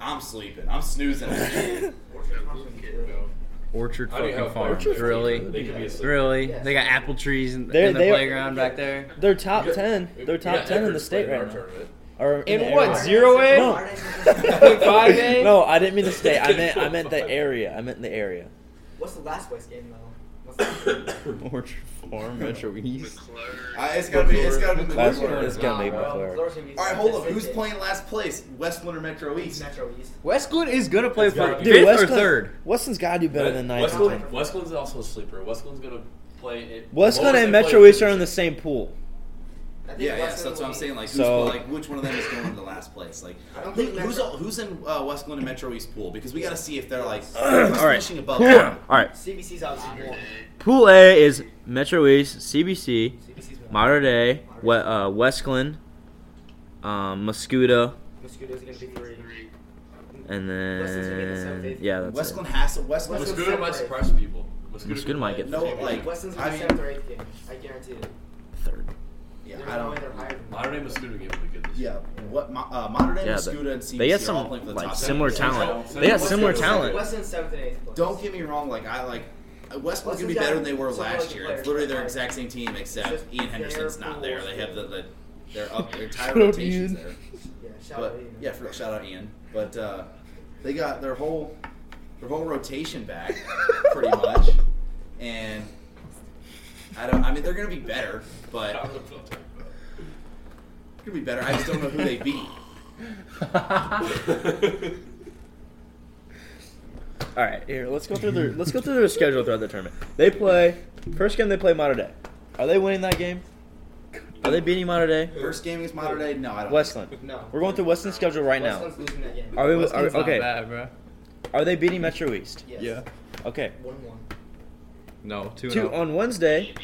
A: I'm sleeping. I'm snoozing.
D: Orchard
G: How do you
D: fucking
G: have
D: farms.
G: farms?
D: Really?
G: They could be asleep.
D: Really?
E: Yes.
D: They got apple trees in,
F: They're-
D: in the
F: they are-
D: playground back there.
F: They're top
G: We got-
F: ten.
G: we-
F: They're
G: we
F: top
G: got
F: ten in the
G: Eckerd's
F: state
G: playing
F: right
G: our
F: now.
G: tournament.
F: Or
D: In
F: the
D: what,
F: area.
D: zero A?
F: No.
D: Five A?
F: no, I didn't mean the state. I meant I meant the area. I meant the area.
E: What's the last West game though? What's the-
D: Orchard Farm, Metro East.
A: Uh, it's gotta be. It's gotta be.
F: That's
A: McClure.
F: it's gonna be
E: Nah, bro.
F: McClure.
E: Florida's gonna be
A: All right, hold up.
E: sixth
A: Who's
E: game.
A: playing last place? Westland or Metro East?
E: Metro East.
D: Westwood is gonna play
G: It's
D: for
G: gotta be-
D: fifth or
F: Westland-
D: third.
F: Weston's gotta do better than ninth.
G: Westland, Westland's also a sleeper. Westland's gonna play it.
F: Westland
G: lowest
F: and
G: they
F: Metro
G: play-
F: East are in the same pool.
E: I think
A: Yeah, yeah.
E: Westland
A: So that's what
E: will
A: I'm
E: be-
A: saying. Like, who's,
F: So-
A: like which one of them is going to the last place? Like,
E: I don't
A: who-
E: think
A: who's
E: Metro-
A: all, who's in uh, Westland and Metro East pool? Because we got to see if they're like who's
F: All right.
A: finishing above.
F: All
A: them.
F: right.
E: CBC's obviously one.
F: Pool A is Metro East, CBC,
E: CBC's one.
F: Modern Day, we, uh, Westland, um, Muscuda,
E: Mosquitoes are gonna be three.
F: and
E: Westland's gonna be the seventh,
F: then
E: eighth.
F: yeah, that's
A: Westland
F: it.
A: has to. Westland.
E: Westland-
G: Mosquito might surprise some people. Mosquito,
F: Mosquito
G: could
F: might
G: play
F: get
G: it.
A: No, like
E: Westland's gonna
A: I
E: be
A: mean,
E: seventh or eighth game. I guarantee it.
F: third.
A: yeah,
E: There's
A: I
E: no
A: don't.
E: way they're higher than
G: Modern day Mosquito game really good this
A: Yeah,
G: year.
A: what Mo- uh, Modern Day,
F: Yeah,
A: Mascuda, and
F: they,
A: CBC
F: they got
A: are all
F: some
A: playing for the
F: like
A: top
F: similar
A: ten.
F: talalt.
G: So-
F: They got
G: so
F: similar
G: Westland's-
F: talent.
E: Westland's seventh and eighth. place.
A: Don't get me wrong, like I like Westland's gonna be
E: Westland's
A: better
E: got
A: than they were
E: some
A: last
E: other
A: year.
E: players.
A: It's literally their exact same team,
E: It's
A: except
E: just
A: Ian Henderson's
E: their
A: not there.
E: pools.
A: They have the, the their up their entire
D: Shout out
A: rotations
D: Ian.
A: there.
E: Yeah, shout
A: but,
E: out Ian.
A: Yeah, for, shout out Ian. But uh, they got their whole their whole rotation back pretty much, and I don't. I mean, they're gonna be better, but they're gonna be better. I just don't know who they beat.
F: All right, here let's go through their let's go through their schedule throughout the tournament. They play first game. They play Mater Dei. Are they winning that game? Are they beating Mater Dei?
A: First game against Modern Day. No, I don't.
F: Westland.
E: No.
F: We're going through Westland's schedule right now.
E: Westland's losing that game.
F: Are we? Are,
N: Westland's not
F: okay.
N: bad, bro.
F: Are they beating Metro East?
E: Yes.
N: Yeah.
F: Okay.
E: One one.
D: No, two, oh.
F: Two
D: and oh.
F: on Wednesday.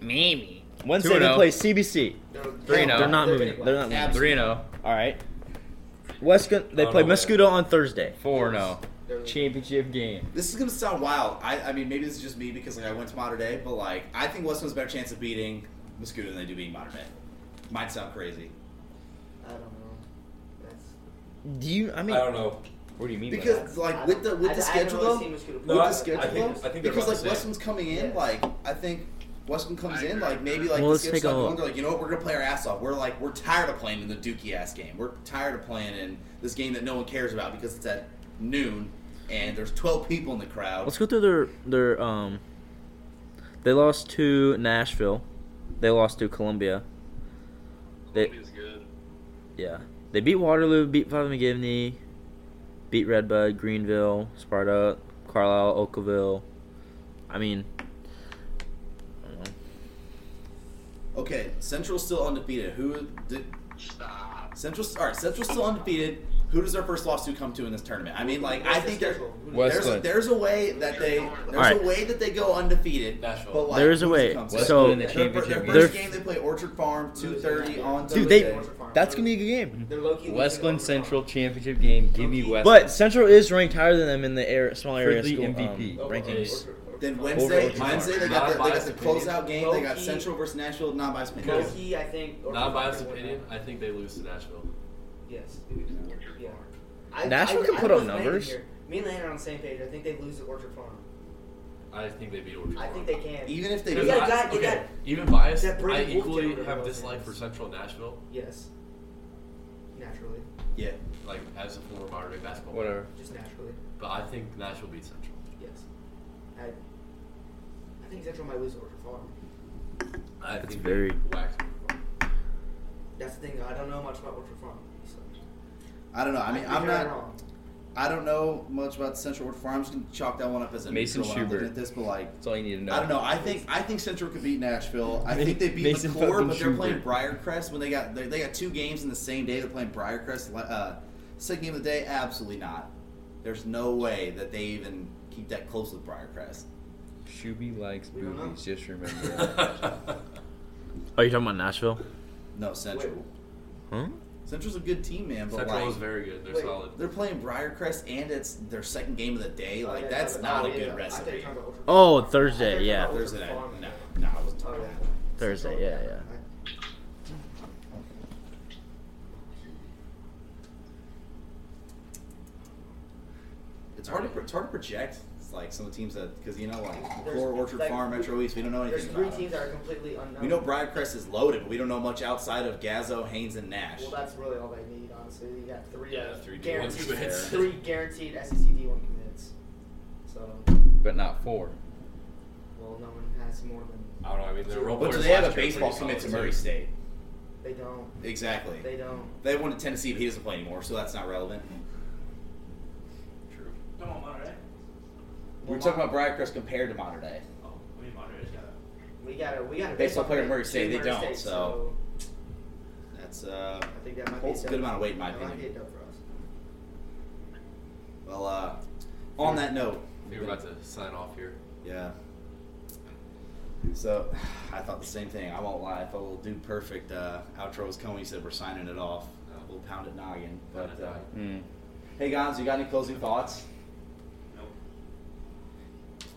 N: Mimi.
F: Wednesday
N: Two and
F: they
N: oh.
F: play CBC.
E: They're,
N: Three and oh.
F: They're not
E: they're
F: moving.
E: getting
F: They're not
E: whacked.
F: moving.
N: Three and oh.
F: All right. Westland. They
G: Oh,
F: play
G: no.
F: Mosquito on Thursday.
D: Four and oh.
E: They're-
N: Championship game.
A: This is gonna sound wild. I, I mean, maybe this is just me because like I went to Modern Day, but like I think Westman's better chance of beating Mosquito than they do beating Modern Day. Might sound crazy
E: I don't know. That's.
F: Do you? I
G: I
F: mean,
G: don't know.
D: What do you mean? by that?
A: because like with the with the
E: I- I haven't
A: schedule
E: really
A: though,
E: seen
A: with
E: Mosquito
G: No,
E: play.
G: I-
A: the schedule
G: I think-
A: though,
G: I think they're
A: because
G: about
A: like
G: the same.
A: Westman's coming in,
E: Yeah.
A: like I think Westman comes in, like maybe like
F: Well,
A: the
F: let's
A: schedule's
F: take a
A: not going,
F: look.
A: they're like you know what, we're gonna play our ass off. We're like we're tired of playing in the dookie ass game. We're tired of playing in this game that no one cares about because it's at noon and there's twelve people in the crowd.
F: Let's go through their their um. They lost to Nashville. They lost to Columbia. They
H: Columbia's good.
F: yeah. They beat Waterloo, beat Father McGivney, beat Redbud, Greenville, Sparta, Carlisle, Oakville. I mean, I don't know.
A: Okay, Central's still undefeated. Who did
H: Stop.
A: Central? All right, Central's still undefeated. Who does their first loss to come to in this tournament? I mean, like
E: What's
A: I
E: the
A: think there-
E: schedule? Who knows?
A: there's a,
D: Westland.
A: there's a way that they there's
F: Alright.
A: a way that they go undefeated.
G: Nashville.
A: But like,
F: There is a
A: who does it
F: way.
A: come to?
D: Westland
F: So-
D: in the
A: their, fir- their first
D: championship game.
F: They're-
A: game they play Orchard Farm, two thirty on
F: dude,
A: Thursday.
F: they that's gonna be a good game.
E: They're low key.
D: Westland Central Championship game. Give me Westland.
F: But Central is ranked higher than them in the air, small
D: For
F: area
D: the
F: school,
D: MVP.
F: um, rankings.
A: Then Wednesday,
F: Orchard Farm.
A: Wednesday they got the, they got the
G: Non-biased
A: closeout game. They got
E: Low-key-
A: Central versus Nashville non-biased
E: Low
A: opinion.
E: key, I think. Orchard
G: Not biased
E: Farm will win
G: opinion.
E: that.
G: I think they lose to Nashville.
E: Yes. Yeah. I-
F: Nashville
E: I-
F: can
E: I
F: put
E: was
F: up
E: Landon
F: numbers.
E: here. Me and Landon are on the same page. I think they lose at Orchard Farm.
G: I think they beat Orchard.
E: I
G: Farm.
E: think they can.
A: Even if they
G: Because
E: Yeah,
G: I-
E: that-
G: okay,
E: that-
G: even biased,
E: that
G: I
E: Brandon Wolf kid
G: equally
E: wrote
G: have
E: about
G: dislike
E: it.
G: for Central Nashville,
E: Yes. Naturally.
A: yeah,
G: like as a former modern day basketball. player.
D: whatever.
E: Just naturally.
G: But I think Nashville beats Central.
E: Yes. I, I think Central might lose to Orchard Farm.
G: I
F: That's
G: think
F: very-
G: they whacked.
E: That's the thing. though, I don't know much about Orchard Farm. So.
A: I don't know. I mean,
E: think
A: I'm
E: they're
A: not.
E: Wrong.
A: I don't know much about Central Orchard Farm. I'm just gonna chalk that one up as a
D: Mason
A: neutral when I'm looking
D: Schubert.
A: At this, but like.
D: That's all you need to know.
A: I don't know. I think I think Central could beat Nashville. I
D: Ma-
A: think they beat
D: Mason
A: McClure,
D: fucking
A: but they're playing
D: Schubert.
A: Briarcrest when they got they, they got two games in the same day. They're playing Briarcrest. li- Uh, second game of the day, absolutely not. There's no way that they even keep that close with Briarcrest.
D: Shuby likes
E: We don't
D: boobies. Just remember. that.
G: Central
F: Are you talking about Nashville?
A: No, Central.
E: Wait.
F: Huh?
A: Central's a good team, man. But like,
G: is very good. They're
E: Wait.
G: solid.
A: they're playing Briarcrest and it's their second game of the day. Like
E: Oh, yeah,
A: that's
E: no,
A: not
E: no,
A: a
E: yeah,
A: good
E: I think
A: recipe.
E: talking about Orchard
F: Oh,
E: Farm.
F: Thursday,
E: I think
F: yeah.
E: talking about
A: Thursday
E: Orchard
A: night. No,
E: Farm.
A: no, I wasn't
E: Oh,
A: talking.
E: yeah.
F: Thursday,
E: Central,
F: yeah, yeah.
A: It's hard to pro- it's hard to project. It's like some of the teams that because you know like
E: There's-
A: McClure, Orchard
E: like,
A: Farm, Metro East. We don't know anything.
E: There's three
A: about them.
E: teams that are completely unknown.
A: We know Briarcrest is loaded, but we don't know much outside of Gazzo, Haynes, and Nash.
E: Well, that's really all they need, honestly. You got three,
G: Yeah, three D1
E: guaranteed,
G: commits.
E: three guaranteed E SEC D1 commits. So,
D: but not four.
E: well, no one has more than
G: I don't know. I mean, their role
A: But do
G: players
A: they have a
G: last year were
A: baseball
G: pretty
A: commit to
G: solid,
A: Murray
G: too.
A: State?
E: they don't.
A: Exactly.
E: They don't.
A: They won to Tennessee, but he doesn't play anymore, so that's not relevant.
G: True.
A: We were
E: Well,
A: talking
E: Mon-
A: about Briarcrest compared to modern day.
E: We got a we got a
A: Baseball player at Murray
E: to
A: State, they
E: Murray
A: don't,
E: State,
A: so- That's uh,
E: I think that might
A: holds
E: be
A: a
E: a
A: good
E: dub.
A: amount of weight in my
E: That might be a
A: opinion.
E: dub for us.
A: Well, uh, on that note,
G: I think we're about to sign off here.
A: yeah. So, I thought the same thing. I won't lie. I thought little dude perfect uh, outro was coming. He said we're signing it off. Uh, we'll pound it noggin. But uh,
D: Mm.
A: hey, Gons, you got any closing thoughts?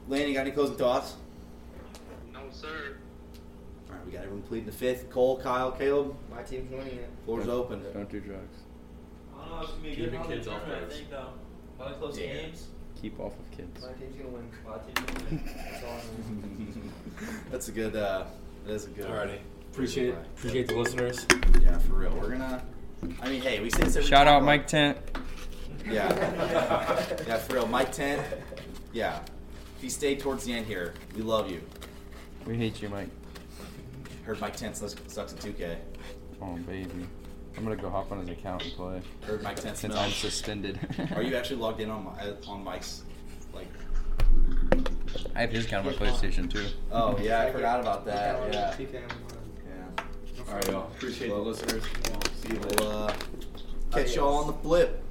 A: Lane, you got any closing thoughts?
H: No, sir.
A: All right, we got everyone pleading the fifth. Cole, Kyle, Caleb,
E: My team's winning it.
A: floor's open.
D: Don't do drugs.
P: I don't know, it's gonna be a
G: Keep
P: good
G: the
P: holiday
G: kids off
P: tournament, I
G: drugs.
P: think, though. A lot of close
A: Yeah.
P: games.
D: Keep off of kids.
E: My team's gonna win.
P: A lot of teams.
E: That's all I know.
A: That's a good. Uh, that is a good.
G: Alrighty. Appreciate it. Appreciate the listeners.
A: Yeah, for real. We're gonna. I mean, hey, we say this every
F: Shout
A: time,
F: out
A: but-
F: Mike Tent.
A: Yeah. yeah, for real. Mike Tent. Yeah. If you stayed towards the end here, we love you.
F: We hate you, Mike.
A: Heard Mike Tent sucks sucks in 2K.
F: Oh baby, I'm gonna go hop on his account and play.
A: Heard Mike Tent
F: Since
A: smells.
F: I'm suspended.
A: Are you actually logged in on my, on Mike's like?
F: I have his account on my PlayStation too.
A: Oh yeah, I forgot about that. Yeah.
G: All right, y'all. Appreciate the listeners. See you later.
A: We'll uh, catch y'all on the flip.